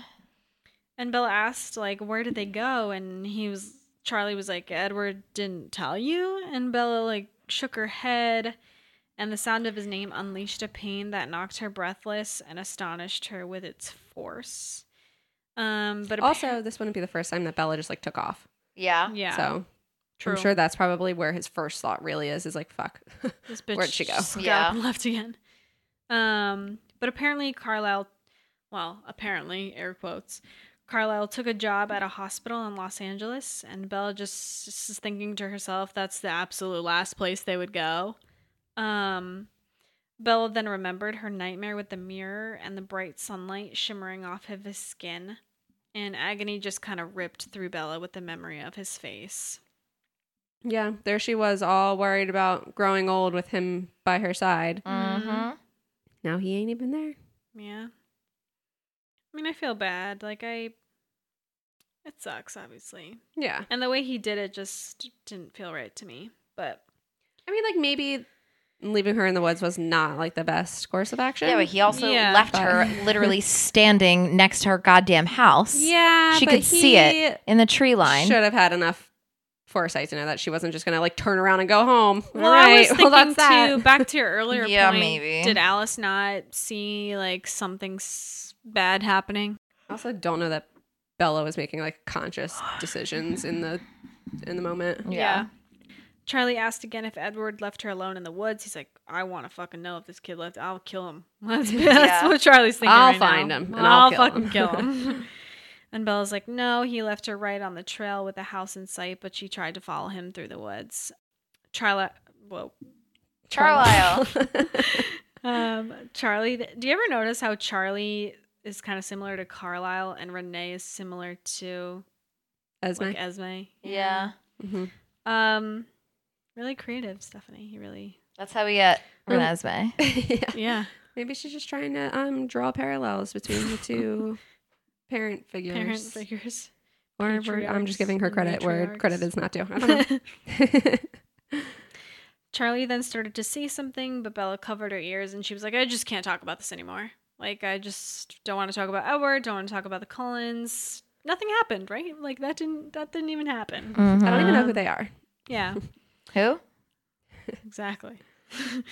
[SPEAKER 5] And Bella asked, like, where did they go? And he was, Charlie was like, Edward didn't tell you? And Bella, like, shook her head. And the sound of his name unleashed a pain that knocked her breathless and astonished her with its force. Um, but
[SPEAKER 4] Also, this wouldn't be the first time that Bella just like took off.
[SPEAKER 3] Yeah.
[SPEAKER 5] appar- yeah,
[SPEAKER 4] So
[SPEAKER 5] true.
[SPEAKER 4] I'm sure that's probably where his first thought really is is like, fuck.
[SPEAKER 5] This bitch
[SPEAKER 4] Where'd she go?
[SPEAKER 5] just got
[SPEAKER 3] Yeah.
[SPEAKER 5] up and left again. Um, but apparently Carlisle, well, apparently air quotes, Carlisle took a job at a hospital in Los Angeles, and Bella just just is thinking to herself, that's the absolute last place they would go. Um, Bella then remembered her nightmare with the mirror and the bright sunlight shimmering off of his skin, and agony just kind of ripped through Bella with the memory of his face.
[SPEAKER 4] yeah, there she was, all worried about growing old with him by her side.
[SPEAKER 3] Mm-hmm.
[SPEAKER 4] Now he ain't even there.
[SPEAKER 5] Yeah. I mean, I feel bad. Like, I. It sucks, obviously.
[SPEAKER 4] Yeah.
[SPEAKER 5] And the way he did it just didn't feel right to me. But
[SPEAKER 4] I mean, like maybe leaving her in the woods was not like the best course of action.
[SPEAKER 3] Yeah, but he also
[SPEAKER 5] Yeah,
[SPEAKER 3] left
[SPEAKER 4] but-
[SPEAKER 3] her literally standing next to her goddamn house.
[SPEAKER 4] yeah,
[SPEAKER 3] she
[SPEAKER 4] but
[SPEAKER 3] could see
[SPEAKER 4] he
[SPEAKER 3] it in the tree line.
[SPEAKER 4] Should have had enough foresight to know that she wasn't just gonna like turn around and go home.
[SPEAKER 5] Well,
[SPEAKER 4] All
[SPEAKER 5] I was
[SPEAKER 4] right,
[SPEAKER 5] thinking
[SPEAKER 4] well that's
[SPEAKER 5] too.
[SPEAKER 4] that.
[SPEAKER 5] Back to your earlier
[SPEAKER 3] Yeah,
[SPEAKER 5] point.
[SPEAKER 3] maybe.
[SPEAKER 5] Did Alice not see like something s- bad happening?
[SPEAKER 4] I also don't know that Bella was making like conscious decisions in the in the moment.
[SPEAKER 3] Yeah.
[SPEAKER 5] Charlie asked again if Edward left her alone in the woods. He's like, I want to fucking know if this kid left. I'll kill him. That's, that's
[SPEAKER 3] Yeah.
[SPEAKER 5] what Charlie's thinking.
[SPEAKER 4] I'll
[SPEAKER 5] right now.
[SPEAKER 4] find him, and I'll kill
[SPEAKER 5] fucking
[SPEAKER 4] him.
[SPEAKER 5] kill him. and Bella's like, No, he left her right on the trail with a house in sight, but she tried to follow him through the woods. Charlie, whoa.
[SPEAKER 3] Carlisle.
[SPEAKER 5] Um, Charlie, do you ever notice how Charlie is kind of similar to Carlisle and Renee is similar to
[SPEAKER 4] Esme.
[SPEAKER 5] like Esme?
[SPEAKER 3] yeah.
[SPEAKER 4] Mhm.
[SPEAKER 5] Um, really creative, Stephanie. You really,
[SPEAKER 3] That's how we get
[SPEAKER 4] Really?
[SPEAKER 3] Renesmee.
[SPEAKER 4] yeah.
[SPEAKER 5] yeah.
[SPEAKER 4] Maybe she's just trying to um draw parallels between the two parent figures.
[SPEAKER 5] Parent figures.
[SPEAKER 4] Or we're- I'm
[SPEAKER 5] patriarchs,
[SPEAKER 4] just giving her credit where
[SPEAKER 5] matriarchs.
[SPEAKER 4] credit is not due. I don't know.
[SPEAKER 5] Charlie then started to see something, but Bella covered her ears and she was like, I just can't talk about this anymore. Like, I just don't want to talk about Edward, don't want to talk about the Cullens. Nothing happened, right? Like that didn't that didn't even happen.
[SPEAKER 3] Mm.
[SPEAKER 4] I don't even know
[SPEAKER 5] Um,
[SPEAKER 4] who they are.
[SPEAKER 5] Yeah,
[SPEAKER 3] Mm-hmm. Who?
[SPEAKER 5] exactly.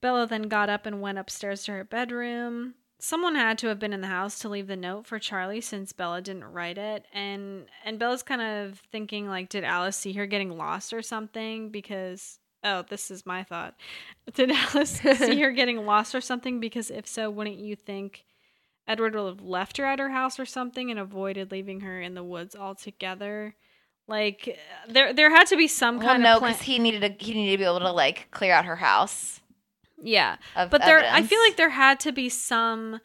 [SPEAKER 5] Bella then got up and went upstairs to her bedroom. Someone had to have been in the house to leave the note for Charlie since Bella didn't write it. And and Bella's kind of thinking like, did Alice see her getting lost or something? Because oh, this is my thought. Did Alice see her getting lost or something? Because if so, wouldn't you think Edward will have left her at her house or something and avoided leaving her in the woods altogether? Like there there had to be some
[SPEAKER 3] Well,
[SPEAKER 5] kind
[SPEAKER 3] no,
[SPEAKER 5] of plan.
[SPEAKER 3] because he needed to he needed to be able to like clear out her house.
[SPEAKER 5] yeah.
[SPEAKER 3] Of
[SPEAKER 5] but there i
[SPEAKER 3] evidence.
[SPEAKER 5] feel like there had to be some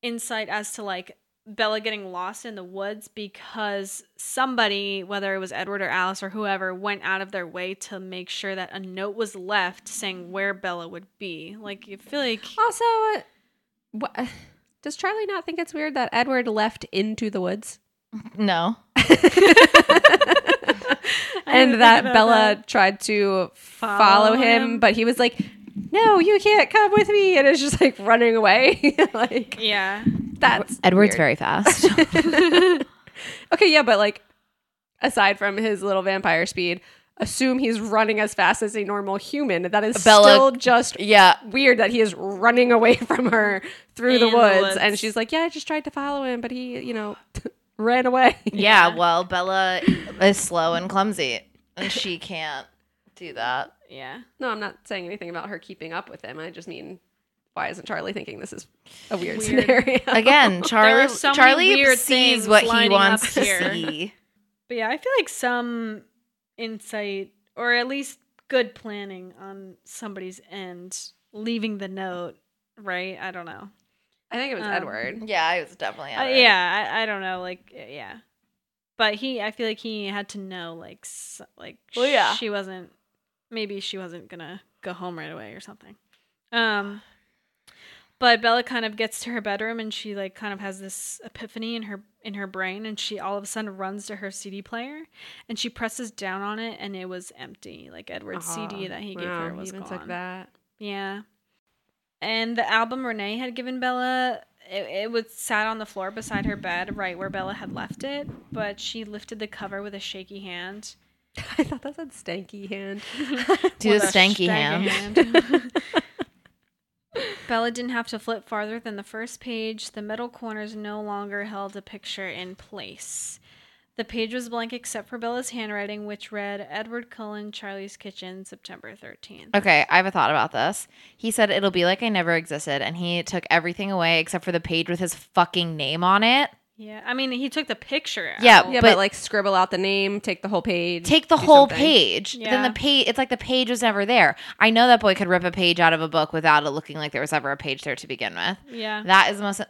[SPEAKER 5] insight as to like bella getting lost in the woods because somebody whether it was edward or alice or whoever went out of their way to make sure that a note was left saying where bella would be like you feel like
[SPEAKER 4] Also, uh, wha- does Charlie not think it's weird that Edward left into the woods?
[SPEAKER 3] no.
[SPEAKER 4] and
[SPEAKER 5] think
[SPEAKER 4] that
[SPEAKER 5] about
[SPEAKER 4] Bella
[SPEAKER 5] that.
[SPEAKER 4] tried to follow,
[SPEAKER 5] Follow
[SPEAKER 4] him,
[SPEAKER 5] him.
[SPEAKER 4] but he was like, "No, you can't come with me," and is just like running away. like
[SPEAKER 5] yeah
[SPEAKER 4] that's
[SPEAKER 3] Edward's very
[SPEAKER 4] weird.
[SPEAKER 3] fast.
[SPEAKER 4] okay, yeah, but like aside from his little vampire speed, assume he's running as fast as a normal human. That is
[SPEAKER 3] Bella-
[SPEAKER 4] still just
[SPEAKER 3] yeah.
[SPEAKER 4] weird that he is running away from her through the
[SPEAKER 5] In the
[SPEAKER 4] woods.
[SPEAKER 5] woods.
[SPEAKER 4] and she's like, "Yeah, I just tried to follow him, but he, you know, ran away."
[SPEAKER 3] yeah. Well, Bella is slow and clumsy, and she can't do that.
[SPEAKER 5] yeah
[SPEAKER 4] No, I'm not saying anything about her keeping up with him. I just mean, why isn't Charlie thinking this is a weird,
[SPEAKER 5] Weird.
[SPEAKER 4] scenario?
[SPEAKER 3] Again, Charlie.
[SPEAKER 5] are so many
[SPEAKER 3] Charlie
[SPEAKER 5] weird
[SPEAKER 3] sees
[SPEAKER 5] things
[SPEAKER 3] what he
[SPEAKER 5] lining up
[SPEAKER 3] wants to
[SPEAKER 5] here.
[SPEAKER 3] see.
[SPEAKER 5] but yeah i feel like some insight or at least good planning on somebody's end leaving the note right i don't know
[SPEAKER 4] I think it was
[SPEAKER 5] Um,
[SPEAKER 4] Edward.
[SPEAKER 3] Yeah, I was definitely.
[SPEAKER 5] Uh,
[SPEAKER 3] out of it.
[SPEAKER 5] yeah, I, I don't know, like uh, yeah, but he, I feel like he had to know, like, s like
[SPEAKER 3] Well, yeah.
[SPEAKER 5] she wasn't, maybe she wasn't gonna go home right away or something. Um, but Bella kind of gets to her bedroom and she like kind of has this epiphany in her in her brain, and she all of a sudden runs to her CD player and she presses down on it, and it was empty. Like Edward's CD that he gave her was
[SPEAKER 4] even
[SPEAKER 5] gone.
[SPEAKER 4] took that.
[SPEAKER 5] Yeah. And the album Renee had given Bella, it, it was sat on the floor beside her bed, right where Bella had left it, but she lifted the cover with a shaky hand.
[SPEAKER 4] I thought that said stanky hand.
[SPEAKER 3] Do
[SPEAKER 5] With
[SPEAKER 3] the
[SPEAKER 5] a
[SPEAKER 3] stanky
[SPEAKER 5] stanky
[SPEAKER 3] hand.
[SPEAKER 5] hand. Bella didn't have to flip farther than the first page. The middle corners no longer held a picture in place. The page was blank except for Bella's handwriting, which read Edward Cullen, Charlie's Kitchen, September 13th.
[SPEAKER 3] Okay, I have a thought about this. He said it'll be like I never existed, and he took everything away except for the page with his fucking name on it.
[SPEAKER 5] Yeah, I mean, he took the picture out.
[SPEAKER 3] Yeah,
[SPEAKER 4] Yeah, but,
[SPEAKER 3] But-
[SPEAKER 4] like scribble out the name, take the whole page.
[SPEAKER 3] Take the
[SPEAKER 4] do
[SPEAKER 3] whole
[SPEAKER 4] something.
[SPEAKER 3] page. Then
[SPEAKER 5] Yeah.
[SPEAKER 3] the page, it's like the page was never there. I know that boy could rip a page out of a book without it looking like there was ever a page there to begin with.
[SPEAKER 5] Yeah.
[SPEAKER 3] That is the most.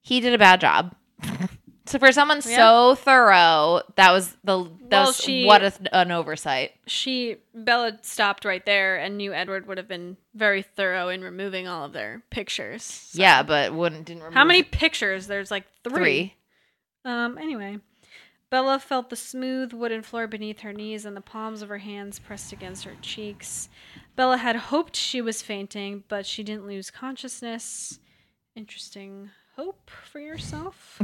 [SPEAKER 3] He did a bad job. so for someone
[SPEAKER 5] Yeah.
[SPEAKER 3] so through, that was the that
[SPEAKER 5] Well,
[SPEAKER 3] was
[SPEAKER 5] she-
[SPEAKER 3] what a, an oversight.
[SPEAKER 5] she Bella stopped right there and knew Edward would have been very thorough in removing all of their pictures. So-
[SPEAKER 3] Yeah, but wouldn't didn't remember
[SPEAKER 5] How many pictures? There's like three.
[SPEAKER 3] three.
[SPEAKER 5] Um anyway, Bella felt the smooth wooden floor beneath her knees and the palms of her hands pressed against her cheeks. Bella had hoped she was fainting, but she didn't lose consciousness. Interesting hope for yourself.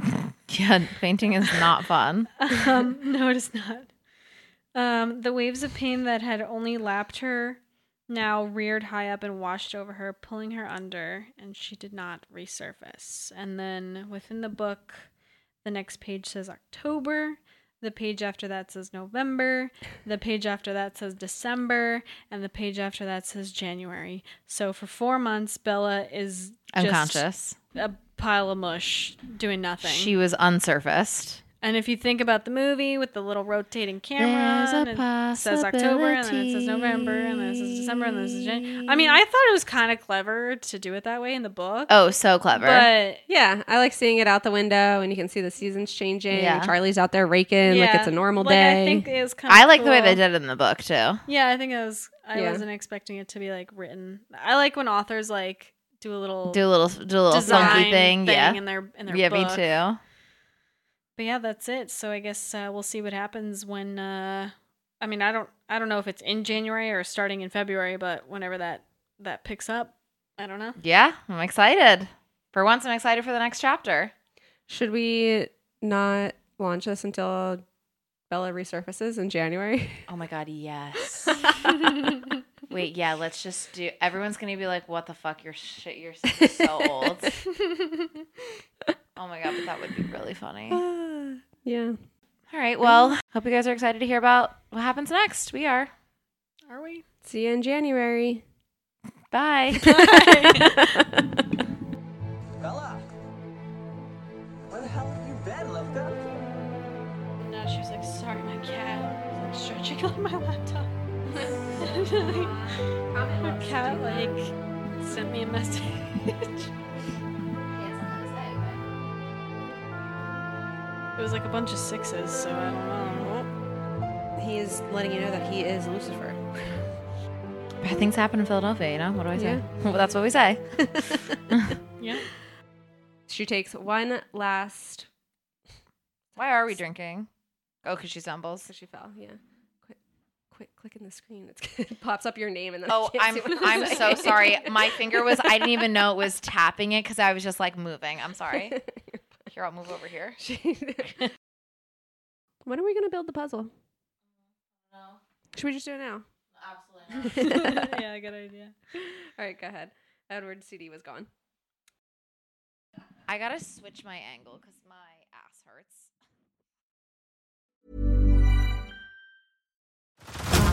[SPEAKER 3] Yeah, fainting is not fun.
[SPEAKER 5] um, no, it is not. Um, the waves of pain that had only lapped her now reared high up and washed over her, pulling her under, and she did not resurface. And then within the book, the next page says October. The page after that says November. The page after that says December. And the page after that says January. So for four months, Bella is just
[SPEAKER 3] Unconscious.
[SPEAKER 5] a pile of mush doing nothing.
[SPEAKER 3] She was unsurfaced.
[SPEAKER 5] And if you think about the movie with the little rotating camera,
[SPEAKER 3] There's a
[SPEAKER 5] and it says October, and then it says November, and then it says December, and then it says January. I mean, I thought it was kind of clever to do it that way in the book.
[SPEAKER 3] Oh, so clever.
[SPEAKER 5] but
[SPEAKER 4] Yeah, I like seeing it out the window, and you can see the seasons changing.
[SPEAKER 3] Yeah.
[SPEAKER 4] Charlie's out there raking like
[SPEAKER 5] yeah,
[SPEAKER 4] it's a normal
[SPEAKER 5] like,
[SPEAKER 4] day.
[SPEAKER 5] I think it was kind of.
[SPEAKER 3] I like the way they did it in the book too.
[SPEAKER 5] Yeah, I think it was. I
[SPEAKER 4] Yeah.
[SPEAKER 5] wasn't expecting it to be like written. I like when authors like do a little
[SPEAKER 3] Do a little, do a little
[SPEAKER 5] design
[SPEAKER 3] funky thing. yeah,
[SPEAKER 5] in their in their
[SPEAKER 3] yeah,
[SPEAKER 5] book.
[SPEAKER 3] me too.
[SPEAKER 5] But yeah, that's it. So I guess uh, we'll see what happens when. Uh, I mean, I don't, I don't know if it's in January or starting in February, but whenever that that picks up, I don't know.
[SPEAKER 3] Yeah, I'm excited. For once, I'm excited for the next chapter.
[SPEAKER 4] Should we not launch this until Bella resurfaces in January?
[SPEAKER 3] Oh my god, yes. Wait, yeah, let's just do. Everyone's gonna be like, "What the fuck? Your shit, you're so- so old." oh my god, but that would be really funny. All
[SPEAKER 5] Ah.
[SPEAKER 4] yeah.
[SPEAKER 3] right, well, hope you guys are excited to hear about what happens next. We are.
[SPEAKER 5] Are we?
[SPEAKER 4] See you in January.
[SPEAKER 3] Bye.
[SPEAKER 2] Bella! Where the hell have you been, Lifka?
[SPEAKER 5] And now she was like, "Sorry, my cat was like stretching on my laptop." Her cat like sent me a message. It was like a bunch of sixes, so I don't know.
[SPEAKER 4] He is letting you know that he is Lucifer.
[SPEAKER 3] Bad things happen in Philadelphia, you know? What do I say?
[SPEAKER 4] Yeah.
[SPEAKER 3] Well, that's what we say.
[SPEAKER 5] Yeah.
[SPEAKER 4] She takes one last.
[SPEAKER 3] Why are we drinking? Oh, because she stumbles.
[SPEAKER 4] So she fell. Yeah. Quit, quit clicking the screen. It's, it pops up your name and then I
[SPEAKER 3] Oh,
[SPEAKER 4] can't
[SPEAKER 3] I'm
[SPEAKER 4] see what
[SPEAKER 3] I'm
[SPEAKER 4] it's
[SPEAKER 3] so
[SPEAKER 4] saying.
[SPEAKER 3] sorry. My finger was I didn't even know it was tapping it because I was just like moving. I'm sorry. Here, I'll move over here.
[SPEAKER 4] She- when are we gonna build the puzzle?
[SPEAKER 3] No,
[SPEAKER 4] Should we just do it now?
[SPEAKER 3] absolutely
[SPEAKER 5] yeah, good idea.
[SPEAKER 4] All right, go ahead. Edward's CD was gone.
[SPEAKER 3] I gotta switch my angle because my ass